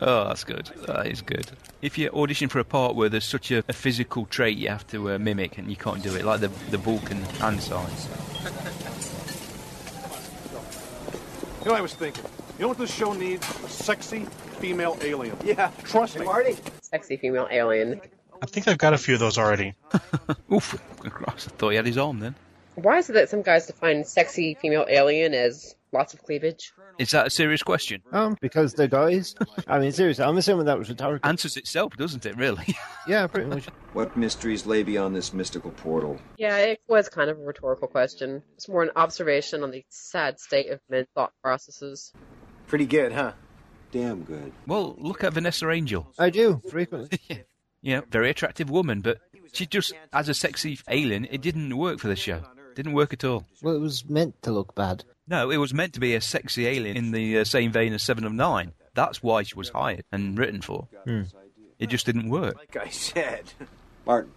C: that's good. That is good. If you audition for a part where there's such a, a physical trait you have to uh, mimic and you can't do it, like the the Vulcan hand signs.
X: You know, I was thinking. You know what this show needs? A sexy female alien. Yeah. Trust me. Marty.
D: Sexy female alien.
E: I think I've got a few of those already.
C: Oof! Christ, I thought he had his arm then.
D: Why is it that some guys define sexy female alien as lots of cleavage?
C: Is that a serious question?
B: Um, because they're guys. I mean, seriously, I'm assuming that was rhetorical.
C: Answers itself, doesn't it, really?
B: yeah, pretty much.
G: What mysteries lay beyond this mystical portal?
D: Yeah, it was kind of a rhetorical question. It's more an observation on the sad state of men's thought processes.
G: Pretty good, huh? Damn good.
C: Well, look at Vanessa Angel.
B: I do, frequently.
C: Yeah, very attractive woman, but she just, as a sexy alien, it didn't work for the show. Didn't work at all.
B: Well, it was meant to look bad.
C: No, it was meant to be a sexy alien in the uh, same vein as Seven of Nine. That's why she was hired and written for.
B: Hmm.
C: It just didn't work.
G: Like I said, Martin,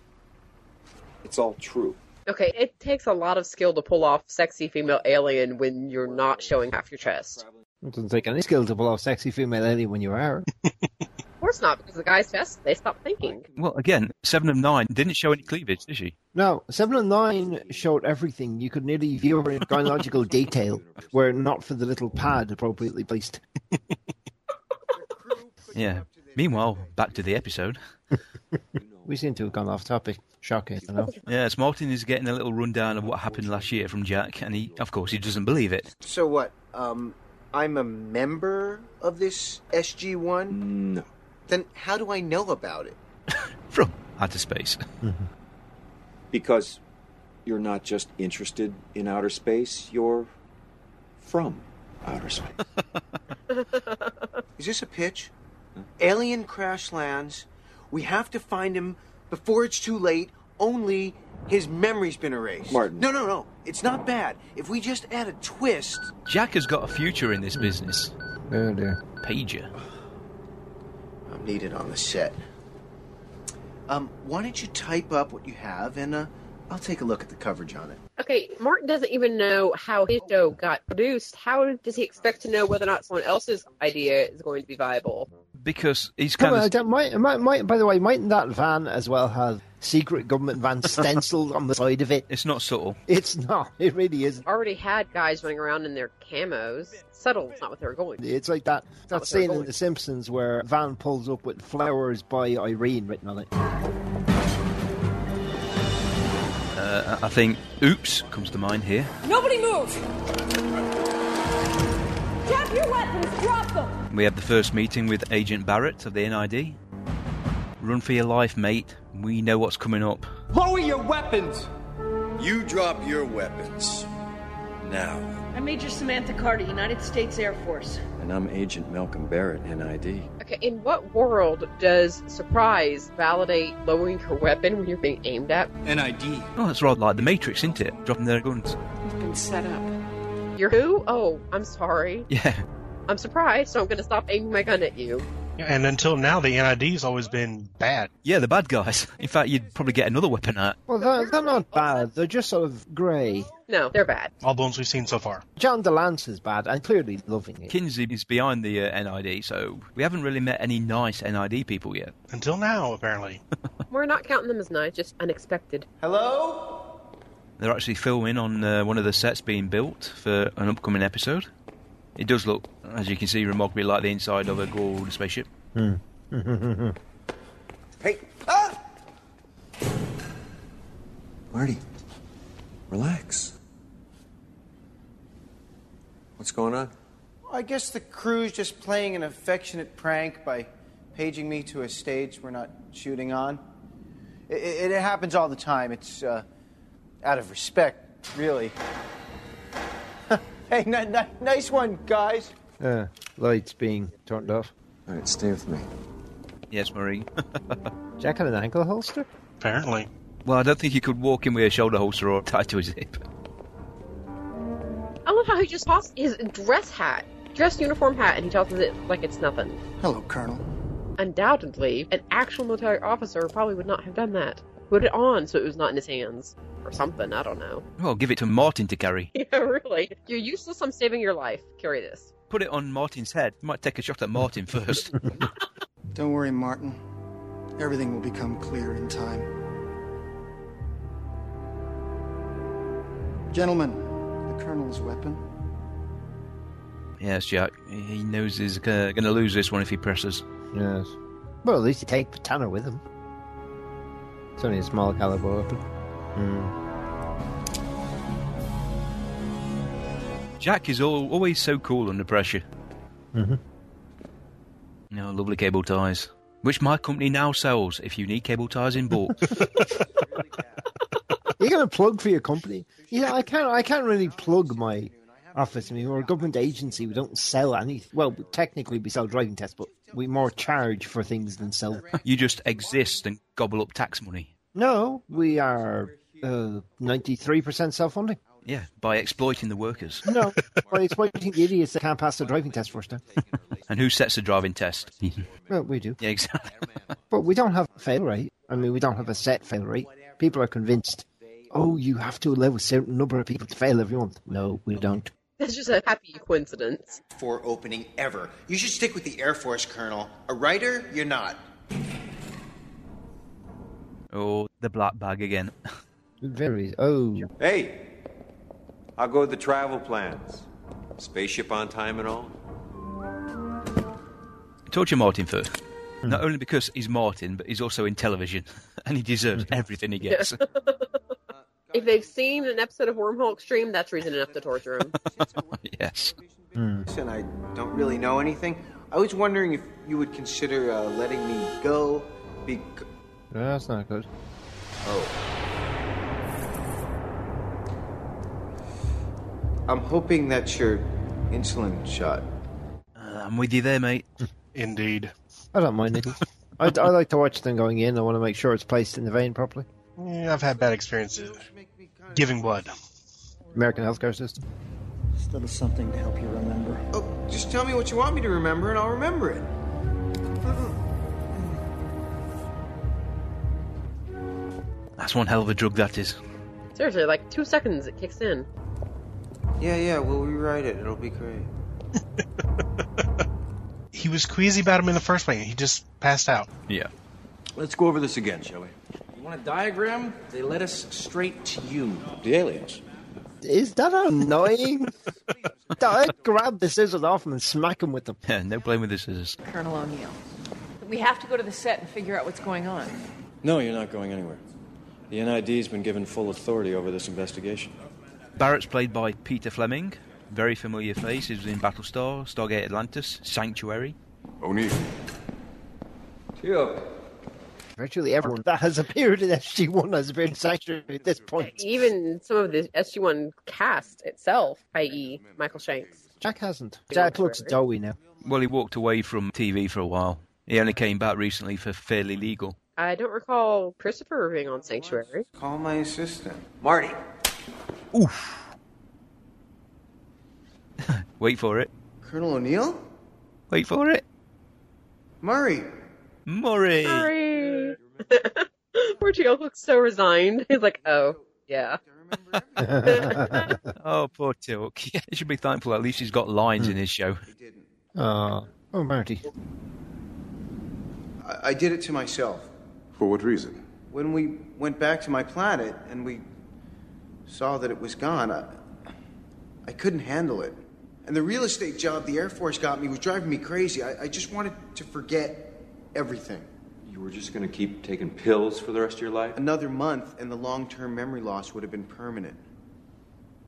G: it's all true.
D: Okay, it takes a lot of skill to pull off sexy female alien when you're not showing half your chest.
B: It doesn't take any skill to pull off sexy female alien when you are.
D: Of course not, because the guy's chest, they stop thinking.
C: Well, again, Seven of Nine didn't show any cleavage, did she?
B: No, Seven and Nine showed everything. You could nearly view her in chronological detail, were it not for the little pad appropriately placed.
C: Yeah. Meanwhile, back to the episode.
B: We seem to have gone off topic. Shocking, I know.
C: Yes, Martin is getting a little rundown of what happened last year from Jack, and he, of course, he doesn't believe it.
I: So what? Um, I'm a member of this SG1? No. Then how do I know about it?
C: From outer space.
B: Hmm.
G: Because you're not just interested in outer space, you're from outer space.
I: Is this a pitch? Alien crash lands. We have to find him before it's too late. Only his memory's been erased.
G: Martin.
I: No, no, no. It's not bad. If we just add a twist.
C: Jack has got a future in this business.
B: Hmm. Oh dear.
C: Pager.
I: I'm needed on the set. Um, why don't you type up what you have and uh, I'll take a look at the coverage on it.
D: Okay, Martin doesn't even know how his show got produced. How does he expect to know whether or not someone else's idea is going to be viable?
C: Because he's
B: Come
C: kind
B: on,
C: of.
B: that uh, might, might, might, by the way, mightn't that van as well have secret government van stenciled on the side of it?
C: It's not subtle.
B: It's not. It really isn't.
D: Already had guys running around in their camos. Subtle is not what they were going for.
B: It's like that, that
D: was very
B: scene in The Simpsons where Van pulls up with flowers by Irene written on it.
C: Uh, I I think Oops comes to mind here.
U: Nobody move! Drop your weapons! Drop them!
C: We had the first meeting with Agent Barrett of the NID. Run for your life, mate. We know what's coming up.
K: Lower your weapons!
G: You drop your weapons. Now.
U: i Major Samantha Carter, United States Air Force.
G: And I'm Agent Malcolm Barrett, NID.
D: Okay, in what world does surprise validate lowering your weapon when you're being aimed at?
C: NID. Oh, that's rather like the Matrix, isn't it? Dropping their guns.
D: You've been set up. You're who? Oh, I'm sorry.
C: Yeah.
D: I'm surprised, so I'm going to stop aiming my gun at you.
E: And until now, the NID's always been bad.
C: Yeah, the bad guys. In fact, you'd probably get another weapon out.
B: Well, they're, they're not bad. They're just sort of grey.
D: No, they're bad.
E: All the ones we've seen so far.
B: John DeLance is bad and clearly loving it.
C: Kinsey is behind the uh, NID, so we haven't really met any nice NID people yet.
E: Until now, apparently.
D: We're not counting them as nice, just unexpected.
K: Hello?
C: They're actually filming on uh, one of the sets being built for an upcoming episode. It does look, as you can see, remarkably like the inside of a gold spaceship.
K: hey! Ah!
G: Marty, relax. What's going on?
I: I guess the crew's just playing an affectionate prank by paging me to a stage we're not shooting on. It, it, it happens all the time. It's uh, out of respect, really. hey, ni- ni- nice one, guys.
B: Uh, lights being turned off.
G: All right, stay with me.
C: Yes, Marie.
B: Jack had an ankle holster?
E: Apparently.
C: Well, I don't think you could walk in with a shoulder holster or tied to his hip.
D: I love how he just tossed his dress hat, dress uniform hat, and he tosses it like it's nothing.
I: Hello, Colonel.
D: Undoubtedly, an actual military officer probably would not have done that. Put it on so it was not in his hands. Or something, I don't know.
C: Well, give it to Martin to carry.
D: Yeah, really. You're useless, I'm saving your life. Carry this.
C: Put it on Martin's head. You might take a shot at Martin first.
I: Don't worry, Martin. Everything will become clear in time. Gentlemen, the Colonel's weapon.
C: yes, Jack. He knows he's uh, going to lose this one if he presses.
B: Yes. Well, at least he take Patana with him. It's only a small caliber weapon. Hmm.
C: Jack is all, always so cool under pressure.
B: Mm-hmm.
C: No, lovely cable ties. Which my company now sells if you need cable ties in bulk.
B: You're going to plug for your company. You know, I can't. I can't really plug my office. I mean, we're a government agency. We don't sell any. Well, technically, we sell driving tests, but we more charge for things than sell.
C: you just exist and gobble up tax money.
B: No, we are uh, ninety-three percent self-funding.
C: Yeah, by exploiting the workers.
B: No, by exploiting the idiots that can't pass the driving test first time.
C: And who sets the driving test?
B: Well, we do,
C: yeah, exactly.
B: but we don't have a fail rate. I mean, we don't have a set fail rate. People are convinced. Oh, you have to allow a certain number of people to fail every month. No, we don't.
D: That's just a happy coincidence.
A: For opening ever. You should stick with the Air Force, Colonel. A writer, you're not.
C: Oh, the black bag again.
B: Very. Oh,
G: Hey, I'll go with the travel plans. Spaceship on time and all.
C: Talk to Martin first.
B: Hmm.
C: Not only because he's Martin, but he's also in television, and he deserves
B: Hmm.
C: everything he gets.
D: if they've seen an episode of Wormhole Extreme, that's reason enough to torture him.
C: yes.
I: Listen, I don't really know anything. I was wondering if you would consider uh, letting me go. Be-
B: that's not good.
I: Oh. I'm hoping that's your insulin shot.
C: Uh, I'm with you there, mate.
E: Indeed.
B: I don't mind it. I, I like to watch them going in. I want to make sure it's placed in the vein properly.
E: Yeah, I've had bad experiences giving blood.
B: American healthcare system.
I: Just a little something to help you remember. Oh, just tell me what you want me to remember, and I'll remember it.
C: That's one hell of a drug, that is.
D: Seriously, like two seconds, it kicks in.
I: Yeah, yeah, we'll rewrite it. It'll be great.
E: He was queasy about him in the first way. He just passed out.
C: Yeah.
X: Let's go over this again, shall we?
W: You want a diagram? They led us straight to you.
X: The aliens.
B: Is that annoying? I grab the scissors off him and smack him with them.
C: Yeah, no blame with the scissors.
J: Colonel O'Neill. We have to go to the set and figure out what's going on.
M: No, you're not going anywhere. The NID's been given full authority over this investigation.
C: Barrett's played by Peter Fleming. Very familiar face. He was in Battlestar, Stargate Atlantis, Sanctuary.
H: O'Neill.
B: Virtually everyone that has appeared in SG1 has appeared in Sanctuary at this point.
D: Even some of the SG1 cast itself, i.e., Michael Shanks.
B: Jack hasn't. Jack looks doughy now.
C: Well, he walked away from TV for a while. He only came back recently for Fairly Legal.
D: I don't recall Christopher being on Sanctuary.
I: Call my assistant, Marty.
C: Wait for it.
I: Colonel O'Neill?
C: Wait for it.
I: Murray.
C: Murray.
D: Sorry. Poor Teal looks so resigned. He's like, oh, yeah.
C: oh, poor Tilk. Yeah, he should be thankful. At least he's got lines in his show.
B: Uh, oh, Marty.
I: I-, I did it to myself.
H: For what reason?
I: When we went back to my planet and we saw that it was gone, I, I couldn't handle it. And the real estate job the Air Force got me was driving me crazy. I, I just wanted to forget everything.
G: You were just going to keep taking pills for the rest of your life?
I: Another month, and the long term memory loss would have been permanent.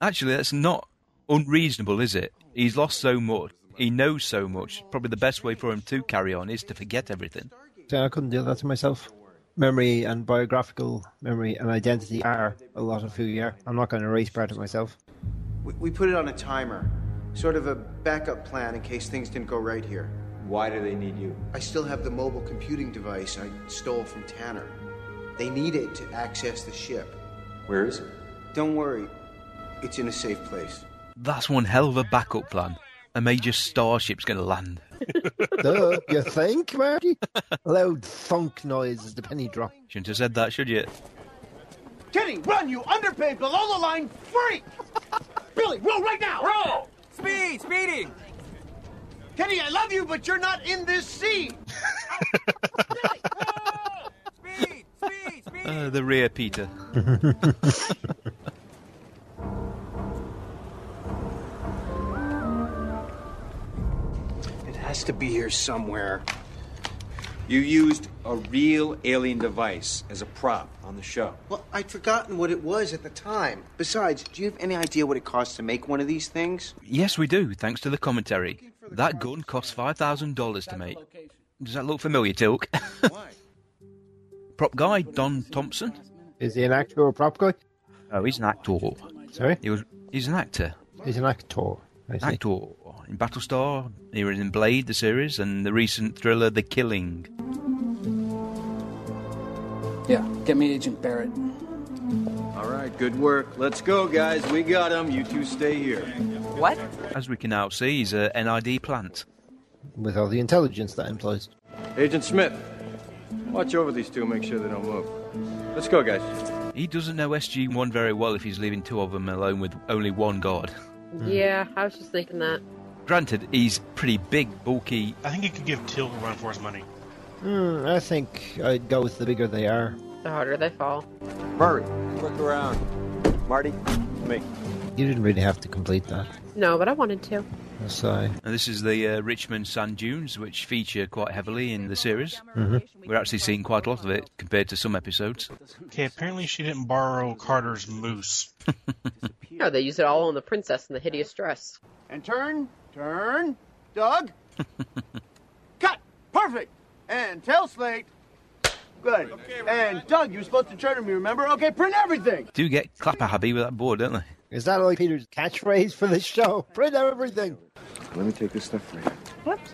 C: Actually, that's not unreasonable, is it? He's lost so much. He knows so much. Probably the best way for him to carry on is to forget everything.
B: See, I couldn't do that to myself. Memory and biographical memory and identity are a lot of who you are. I'm not going to erase part of myself.
I: We, we put it on a timer, sort of a backup plan in case things didn't go right here.
G: Why do they need you?
I: I still have the mobile computing device I stole from Tanner. They need it to access the ship.
G: Where is it?
I: Don't worry, it's in a safe place.
C: That's one hell of a backup plan. A major starship's going to land.
B: Duh, you think, Marty? Loud funk noise as the penny drop.
C: Shouldn't have said that, should you?
K: Kenny, run, you underpaid, below the line freak! Billy, roll right now! Roll! Speed, speeding! Kenny, I love you, but you're not in this scene!
C: Uh, the rear Peter.
W: It has to be here somewhere.
G: You used a real alien device as a prop on the show.
I: Well, I'd forgotten what it was at the time. Besides, do you have any idea what it costs to make one of these things?
C: Yes, we do, thanks to the commentary. That gun costs $5,000 to make. Does that look familiar, Tilk? Prop guy, Don Thompson.
B: Is he an actor or a prop guy?
C: Oh, he's an actor.
B: Sorry?
C: He was, he's an actor.
B: He's an actor. I see.
C: Actor. In Battlestar, he was in Blade, the series, and the recent thriller The Killing.
W: Yeah, get me Agent Barrett.
S: All right, good work. Let's go, guys. We got him. You two stay here.
C: What? As we can now see, he's a NID plant.
B: With all the intelligence that implies.
M: Agent Smith, watch over these two, make sure they don't move. Let's go, guys.
C: He doesn't know SG-1 very well if he's leaving two of them alone with only one guard.
D: Yeah, I was just thinking that.
C: Granted, he's pretty big, bulky.
E: I think you could give Tilk a run for his money.
B: Hmm, I think I'd go with the bigger they are.
D: The harder they fall.
G: Murray, look around. Marty, me.
B: You didn't really have to complete that.
D: No, but I wanted to.
B: So,
C: And this is the uh, Richmond sand dunes, which feature quite heavily in the series.
S: Mm-hmm.
C: We're actually seeing quite a lot of it compared to some episodes.
E: Okay, apparently she didn't borrow Carter's moose.
D: No, they use it all on the princess in the hideous dress.
I: And turn, turn, Doug. Cut. Perfect. And tail slate. Good. and Doug, you were supposed to turn him, you remember? Okay, print everything.
C: Do get clapper happy with that board, don't they?
B: Is that like Peter's catchphrase for this show? Print everything.
S: Let me take this stuff for you.
D: Whoops.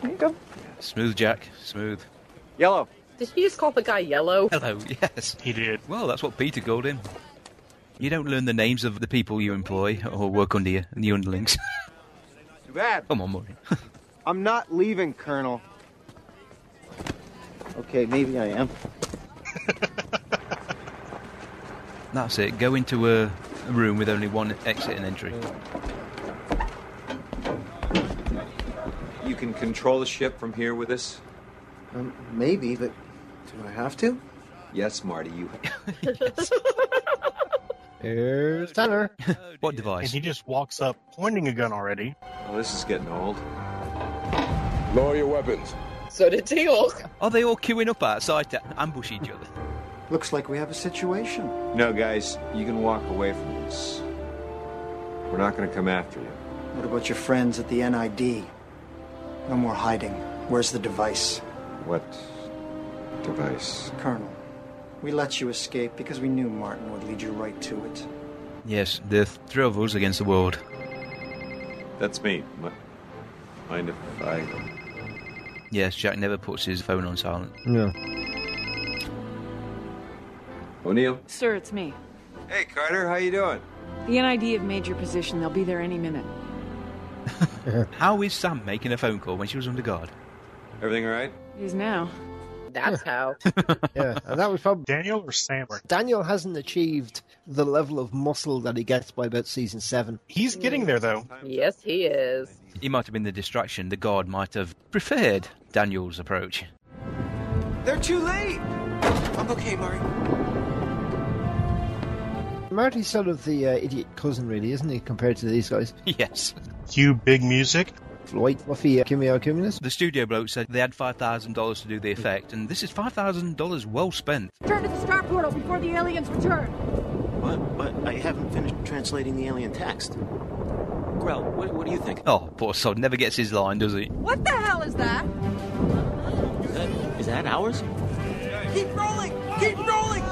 D: There you go.
C: Smooth Jack, smooth.
G: Yellow.
D: Did he just call the guy yellow?
C: Hello, yes. He did. Well, that's what Peter called him. You don't learn the names of the people you employ or work under you, the underlings.
I: Too bad.
C: Come on, Murray.
I: I'm not leaving, Colonel. Okay, maybe I am.
C: That's it. Go into a, a room with only one exit and entry.
G: You can control the ship from here with us?
I: Um, maybe, but do I have to?
G: Yes, Marty, you.
B: Here's Tanner.
C: what device?
E: And he just walks up pointing a gun already.
G: Oh, this is getting old.
F: Lower your weapons.
D: So did Teal'c.
C: Are they all queuing up outside to ambush each other?
I: Looks like we have a situation.
G: No, guys, you can walk away from this. We're not going to come after you.
I: What about your friends at the NID? No more hiding. Where's the device?
S: What device?
I: Colonel, we let you escape because we knew Martin would lead you right to it.
C: Yes, the three of us against the world.
G: That's me. Mi- Mind if I.
C: Yes, Jack never puts his phone on silent.
B: Yeah.
G: O'Neill.
J: Sir, it's me.
G: Hey, Carter, how you doing?
J: The NID have made your position. They'll be there any minute.
C: How is Sam making a phone call when she was under guard?
G: Everything all right?
J: It is now.
D: That's how.
B: yeah, and that was probably
E: Daniel or Sam?
B: Daniel hasn't achieved the level of muscle that he gets by about season seven.
E: He's getting there, though.
D: Yes, he is.
C: He might have been the distraction. The guard might have preferred Daniel's approach.
I: They're too late! I'm okay, Murray.
B: Marty's sort of the uh, idiot cousin, really, isn't he, compared to these guys?
C: Yes.
E: Cue big music.
B: White, fluffy, uh, Kimio Cumulus.
C: The studio bloke said they had $5,000 to do the effect, and this is $5,000 well spent.
Q: Turn to the star portal before the aliens return.
N: What? But I haven't finished translating the alien text. Grell, what, what do you think?
C: Oh, poor sod, never gets his line, does he?
Q: What the hell is that?
N: That- Uh, Is that ours?
I: Keep rolling! Keep rolling!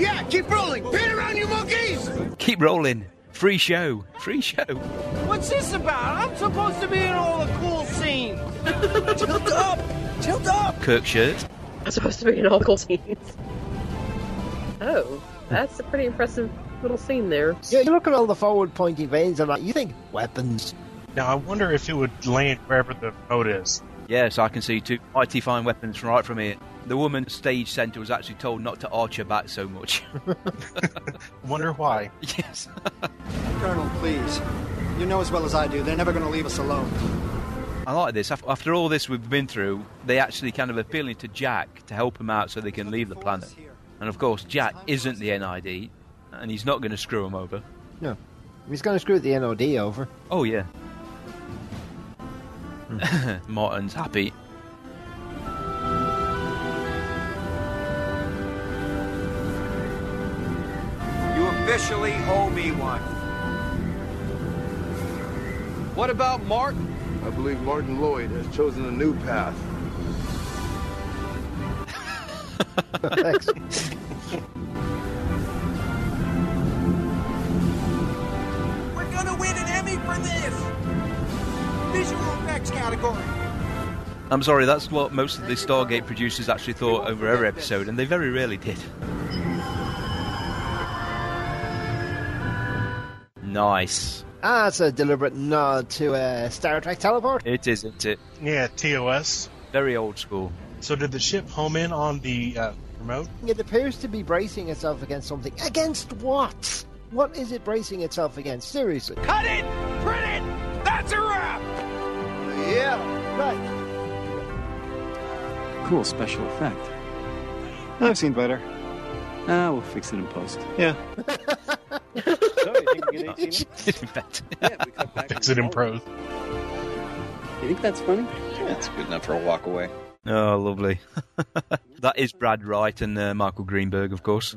I: Yeah, keep rolling! Pin around, you monkeys!
C: Keep rolling. Free show. Free show.
I: What's this about? I'm supposed to be in all the cool scenes! Tilt up! Tilt up!
C: Kirk shirt.
D: I'm supposed to be in all cool scenes. Oh, that's a pretty impressive little scene there.
B: Yeah, you look at all the forward pointing veins and that, you think weapons.
E: Now, I wonder if it would land wherever the boat is.
C: Yes, I can see two mighty fine weapons from right from here. The woman stage centre was actually told not to arch her back so much.
E: Wonder why.
C: yes.
I: Colonel, please. You know as well as I do, they're never gonna leave us alone.
C: I like this. Af- After all this we've been through, they actually kind of appealing to Jack to help him out so they can leave the planet. And of course, Jack isn't the NID, and he's not going to screw him over.
B: No. He's going to screw the NOD over.
C: Oh yeah. Martin's Hmm. happy.
I: officially Obi-Wan.
A: What about Martin? I believe Martin Lloyd has chosen a new path.
I: We're gonna win an Emmy for this! Visual effects category.
C: I'm sorry, that's what most of the Stargate producers actually thought over every episode, and they very rarely did. Nice.
B: Ah, it's a deliberate nod to uh, Star Trek Teleport.
C: It is, isn't it?
E: Yeah, TOS.
C: Very old school.
E: So did the ship home in on the uh, remote?
B: It appears to be bracing itself against something. Against what? What is it bracing itself against? Seriously.
I: Cut it! Print it! That's a wrap!
B: Yeah, right.
G: Cool special effect. I've seen better. Ah, we'll fix it in post. Yeah.
E: Fix it in pros.
G: You think that's funny? Yeah, it's good enough for a walk away.
C: Oh, lovely. that is Brad Wright and uh, Michael Greenberg, of course.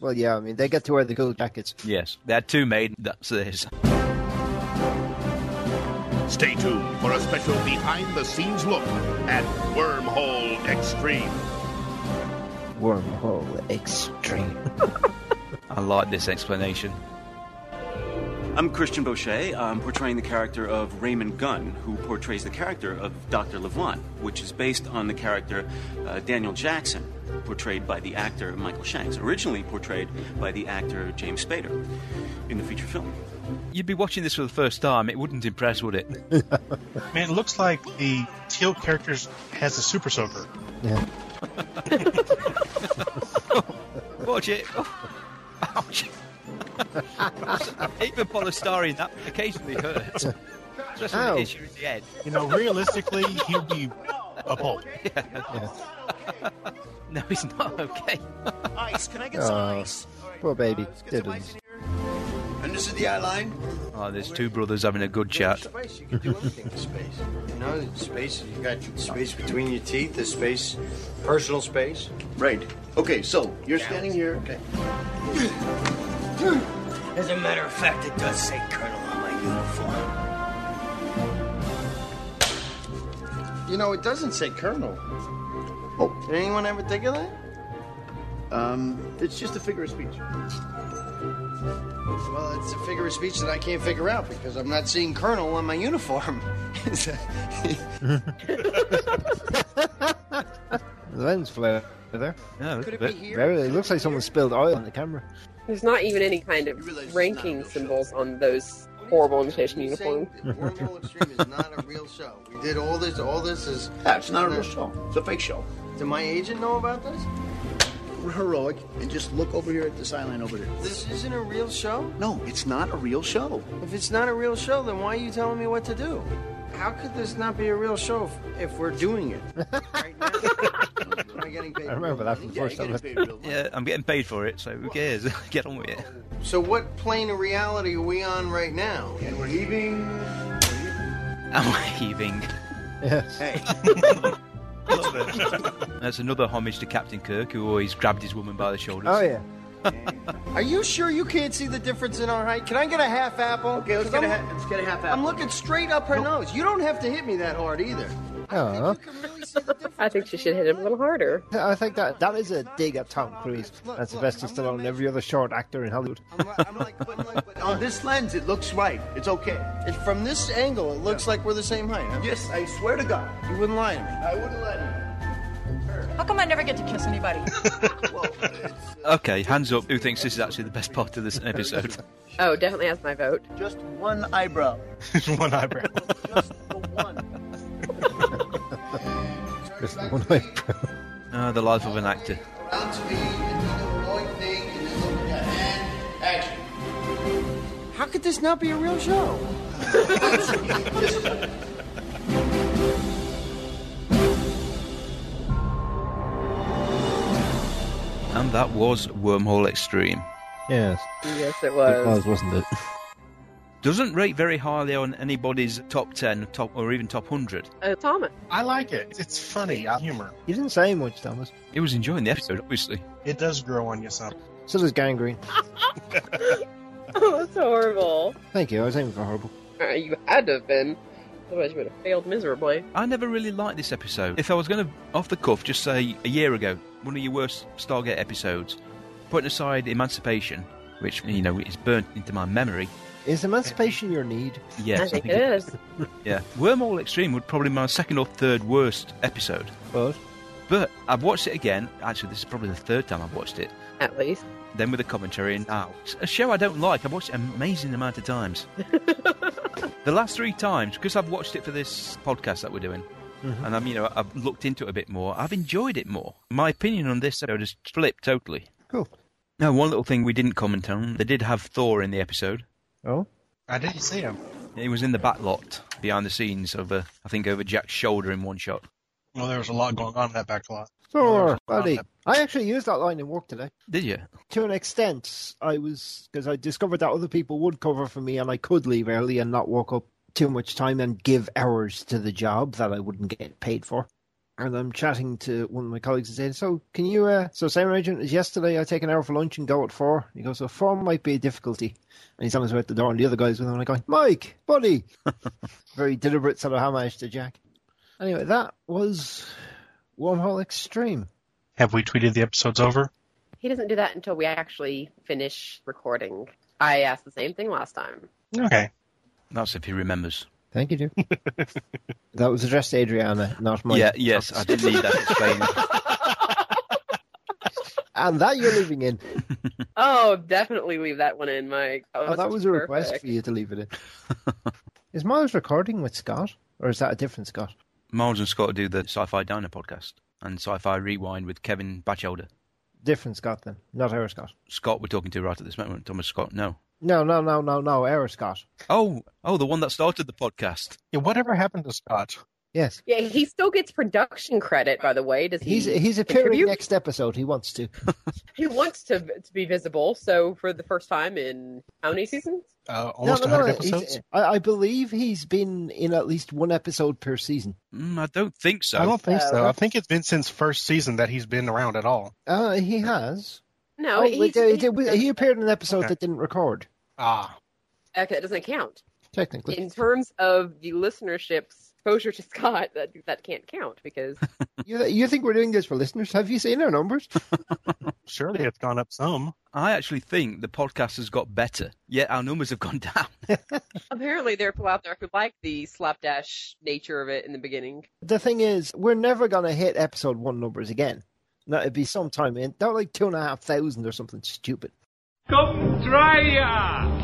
B: Well, yeah, I mean, they get to wear the cool jackets.
C: Yes, they had two made. That's this.
L: Stay tuned for a special behind the scenes look at Wormhole Extreme.
B: Wormhole Oh, Extreme.
C: I like this explanation.
N: I'm Christian Boucher. I'm portraying the character of Raymond Gunn, who portrays the character of Dr. Levant, which is based on the character uh, Daniel Jackson, portrayed by the actor Michael Shanks, originally portrayed by the actor James Spader in the feature film.
C: You'd be watching this for the first time. It wouldn't impress, would it?
E: Man, it looks like the teal characters has a super soaker.
B: Yeah.
C: Watch it. oh, Ouch. Even polystyrene, that occasionally hurts. Especially when
E: Ow.
C: it hits you in the head.
E: You know, realistically, he'd be a pulp.
C: No, he's not okay.
N: Ice, can I
B: Oh, poor baby. Didn't.
N: And this is the eye line.
C: Oh, there's two brothers having a good chat.
N: Space, you can do anything with space. You know, there's space, you got space between your teeth, there's space, personal space.
P: Right. Okay, so you're standing here. Okay.
I: As a matter of fact, it does say Colonel on my uniform.
P: You know, it doesn't say Colonel. Oh. Did anyone ever think of that? Um, it's just a figure of speech. Well, it's a figure of speech that I can't figure out because I'm not seeing Colonel on my uniform.
B: The lens flare there.
C: Yeah,
P: Could it be here?
B: Very, it looks like someone spilled oil on the camera.
D: There's not even any kind of ranking symbols on those horrible imitation uniforms.
B: Oh,
P: not a real show. We did all this. All this is.
Y: Yeah, it's not a real show. It's a fake show.
P: Did my agent know about this?
Y: We're heroic and just look over here at the sign line over there.
P: This isn't a real show.
Y: No, it's not a real show.
P: If it's not a real show, then why are you telling me what to do? How could this not be a real show if, if we're doing it? right now? Am I getting paid?
B: I remember that from the first time.
C: Yeah, I'm getting paid for it, so who cares? Get on with it.
P: So what plane of reality are we on right now? And we're leaving.
C: I'm heaving.
B: Yes.
P: Hey.
C: That's another homage to Captain Kirk, who always grabbed his woman by the shoulders.
B: Oh yeah.
P: Are you sure you can't see the difference in our height? Can I get a half apple? Okay,
Y: let's get a ha- let's get a half apple.
P: I'm looking straight up her nose. You don't have to hit me that hard either.
B: Oh.
D: I think she should hit him a little harder.
B: I think that that is a dig at Tom Cruise and Sylvester Stallone and every other short actor in Hollywood.
P: But on this lens, it looks right. It's okay. It's from this angle, it looks like we're the same height. Yes, I swear to God. You wouldn't lie to me. I wouldn't lie to
Z: How come I never get to kiss anybody?
C: Okay, hands up. Who thinks this is actually the best part of this episode?
D: Oh, definitely has my vote.
P: Just one eyebrow.
E: One eyebrow.
B: Just one eyebrow.
C: Ah, the life of an actor.
P: Around to me and do the right thing and then look at your hand. Action. How could this not be a real show?
C: And that was Wormhole Extreme.
B: Yes.
D: Yes, it
B: It
D: was.
B: was, wasn't it?
C: Doesn't rate very highly on anybody's top 10 top, or even top 100.
D: Uh, Thomas.
E: I like it. It's funny. I humor.
B: You didn't say much, Thomas.
C: He was enjoying the episode, obviously.
E: It does grow on you some.
B: So does gangrene.
D: oh, that's horrible.
B: Thank you. I was aiming for horrible.
D: Uh, you had to have been. Otherwise, you would have failed miserably.
C: I never really liked this episode. If I was going to, off the cuff, just say a year ago, one of your worst Stargate episodes, putting aside Emancipation, which, you know, is burnt into my memory.
B: Is emancipation your need?
C: Yes,
D: I think it is.
C: Yeah. Wormhole Extreme would probably be my second or third worst episode.
B: But?
C: But I've watched it again. Actually, this is probably the third time I've watched it.
D: At least.
C: Then with the commentary and now. It's a show I don't like. I've watched it an amazing amount of times. the last three times, because I've watched it for this podcast that we're doing,
B: Mhm.
C: and I'm, you know, I've looked into it a bit more. I've enjoyed it more. My opinion on this episode has flipped totally.
B: Cool.
C: Now, one little thing we didn't comment on. They did have Thor in the episode.
B: Oh?
E: I didn't see him.
C: He was in the back lot, behind the scenes, over I think over Jack's shoulder in one shot.
E: Well, there was a lot going on in that back lot.
B: Thor, Oh, buddy. I actually used that line in work today.
C: Did you?
B: To an extent, I was because I discovered that other people would cover for me, and I could leave early and not walk up too much time and give hours to the job that I wouldn't get paid for. And I'm chatting to one of my colleagues and saying, "So can you? Uh, so same arrangement as yesterday. I take an hour for lunch and go at four. He goes, "So four might be a difficulty." And he's on his way out the door, and the other guys with him, and I go, "Mike, buddy." Very deliberate sort of homage to Jack. Anyway, that was Wormhole Extreme.
E: Have we tweeted the episode's over?
D: He doesn't do that until we actually finish recording. I asked the same thing last time.
E: Okay.
C: That's if he remembers.
B: Thank you, Jim. that was addressed to Adriana, not my.
C: Yeah, yes, I did need that explaining.
B: And that you're leaving in.
D: Oh, definitely leave that one in, Mike.
B: Oh, that was a request for you to leave it in. is Miles recording with Scott, or is that a different Scott?
C: Miles and Scott do the Sci-Fi Diner podcast and Sci-Fi Rewind with Kevin Batchelder.
B: Different Scott then, not our Scott.
C: Scott we're talking to right at this moment, Thomas Scott. No.
B: No, no, no, no, no, our Scott.
C: Oh, oh, the one that started the podcast.
E: Yeah, whatever happened to Scott?
B: Yes,
D: Yeah, he still gets production credit, by the way. Does he?
B: he's he's appearing
D: contribute?
B: next episode. He wants to.
D: He wants to to be visible. So for the first time in how many seasons?
E: Uh,
B: he's- I, I believe he's been in at least one episode per season.
C: Mm, I don't think so.
E: I don't think so.
B: Uh,
E: I think it's been since first season that he's been around at all.
B: Uh, he has.
D: No,
B: Oh,
D: he's-
B: wait, he, did- he appeared in an episode
E: Okay.
B: that didn't record.
E: Ah,
D: Okay, that doesn't count
B: technically.
D: in terms of the listenership's exposure to Scott. That that can't count because
B: You, you think we're doing this for listeners? Have you seen our numbers?
E: Surely it's gone up some.
C: I actually think the podcast has got better, yet our numbers have gone down.
D: apparently there are people out there who like the slapdash nature of it in the beginning.
B: The thing is, we're never going to hit episode one numbers again. No, it'd be sometime in, not like two and a half thousand or something stupid.
R: Come try ya!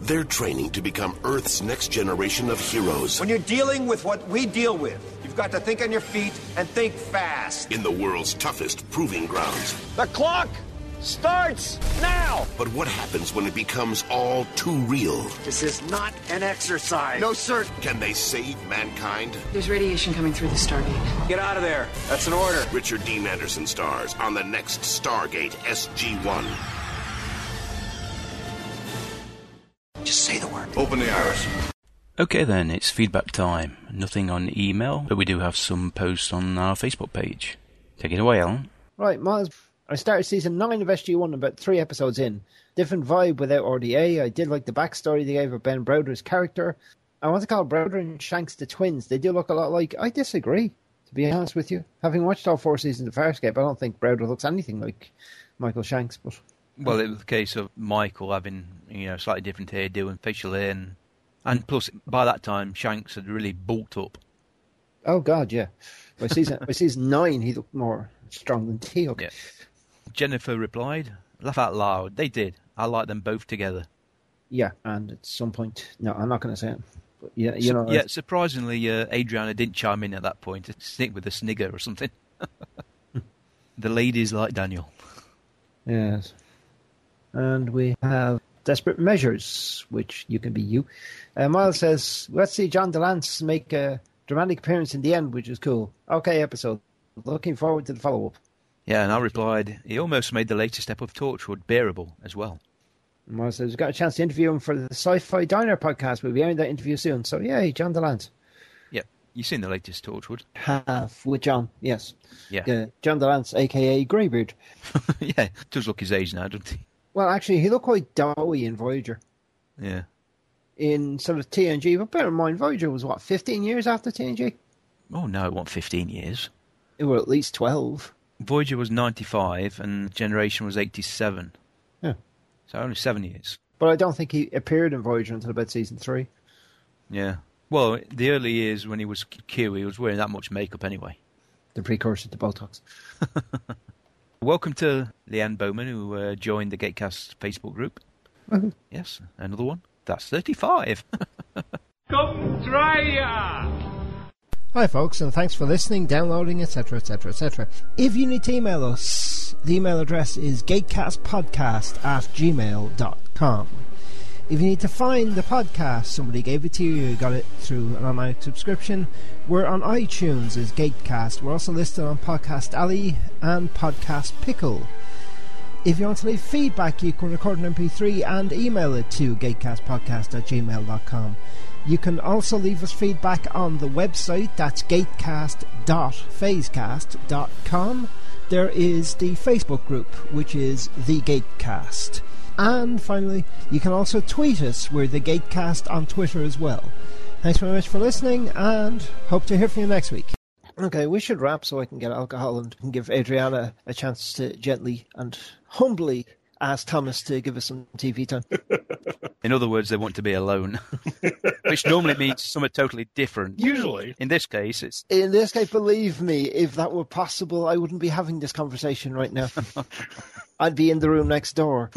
T: They're training to become Earth's next generation of heroes.
R: When you're dealing with what we deal with, you've got to think on your feet and think fast.
T: In the world's toughest proving grounds.
R: The clock starts now!
T: But what happens when it becomes all too real?
R: This is not an exercise.
T: No, sir. Can they save mankind?
Q: There's radiation coming through the Stargate.
T: Get out of there. That's an order. Richard Dean Anderson stars on the next Stargate SG 1.
R: Just say the word.
T: Open the iris.
C: Okay, then, it's feedback time. Nothing on email, but we do have some posts on our Facebook page. Take it away, Alan.
B: Right, Miles. I started season nine of SG1 about three episodes in. Different vibe without RDA. I did like the backstory they gave of Ben Browder's character. I want to call Browder and Shanks the twins. They do look a lot like. I disagree, to be honest with you. Having watched all four seasons of Farscape, I don't think Browder looks anything like Michael Shanks, but.
C: Well, it was a case of Michael having, you know, slightly different hairdo and facial hair, and, and plus, by that time, Shanks had really bulked up.
B: Oh, God, yeah. By season, by season nine, he looked more strong than Teal'c.
C: Jennifer replied, laugh out loud. They did. I like them both together.
B: Yeah, and at some point, no, I'm not going to say it. But yeah, you know,
C: yeah, surprisingly, uh, Adriana didn't chime in at that point. Stick with a snigger or something.
B: Hmm.
C: the ladies like Daniel.
B: Yes. And we have Desperate Measures, which you can be you. Uh, Miles says, let's see John DeLance make a dramatic appearance in the end, which is cool. Okay, episode. Looking forward to the follow up.
C: Yeah, and I replied, he almost made the latest step of Torchwood bearable as well.
B: Miles says, we got a chance to interview him for the Sci Fi Diner podcast. We'll be airing that interview soon. So, yay, John DeLance.
C: Yep. You've seen the latest Torchwood.
B: Have with John, yes.
C: Yeah.
B: John Delance, aka Greybeard.
C: yeah, does look his age now, doesn't he?
B: Well, actually, he looked quite doughy in Voyager.
C: Yeah.
B: In sort of TNG, but bear in mind, Voyager was what, 15 years after TNG?
C: Oh, no, it wasn't 15 years.
B: It were at least 12.
C: Voyager was 95 and Generation was 87.
B: Yeah.
C: So only seven years.
B: But I don't think he appeared in Voyager until about season three.
C: Yeah. Well, the early years when he was Q, he was wearing that much makeup anyway.
B: The precursor to Botox.
C: Welcome to Leanne Bowman, who uh, joined the Gatecast Facebook group.
B: Mhm.
C: Yes, another one. That's 35.
A: Come try ya!
U: Hi, folks, and thanks for listening, downloading, etc., etc., etc. If you need to email us, the email address is gatecastpodcast at gmail.com. If you need to find the podcast, somebody gave it to you, you got it through an online subscription. We're on iTunes as Gatecast. We're also listed on Podcast Alley and Podcast Pickle. If you want to leave feedback, you can record an MP3 and email it to gatecastpodcast at gmail.com. You can also leave us feedback on the website, that's gatecast.phasecast.com. There is the Facebook group, which is The Gatecast. And finally, you can also tweet us, we're The Gatecast on Twitter as well. Thanks very much for listening, and hope to hear from you next week.
B: Okay, we should wrap so I can get alcohol and can give Adriana a chance to gently and humbly ask Thomas to give us some TV time.
C: In other words, they want to be alone, which normally means something totally different.
B: Usually.
C: In this case, it's
B: In this case, believe me, if that were possible, I wouldn't be having this conversation right now. I'd be in the room next door.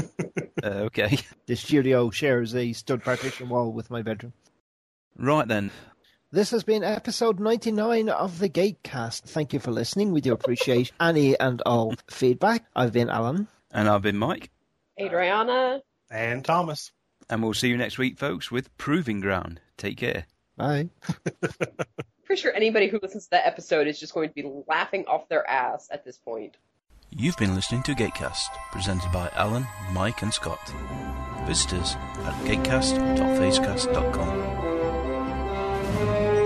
C: uh, okay.
B: The studio shares a stud partition wall with my bedroom.
C: Right then.
B: This has been episode 99 of the Gatecast. Thank you for listening. We do appreciate any and all feedback. I've been Alan.
C: And I've been Mike.
D: Adriana.
C: And Thomas. And we'll see you next week, folks, with Proving Ground. Take care.
B: Bye.
D: Pretty sure anybody who listens to that episode is just going to be laughing off their ass at this point.
C: You've been listening to Gatecast, presented by Alan, Mike, and Scott. Visitors at gatecast.facecast.com.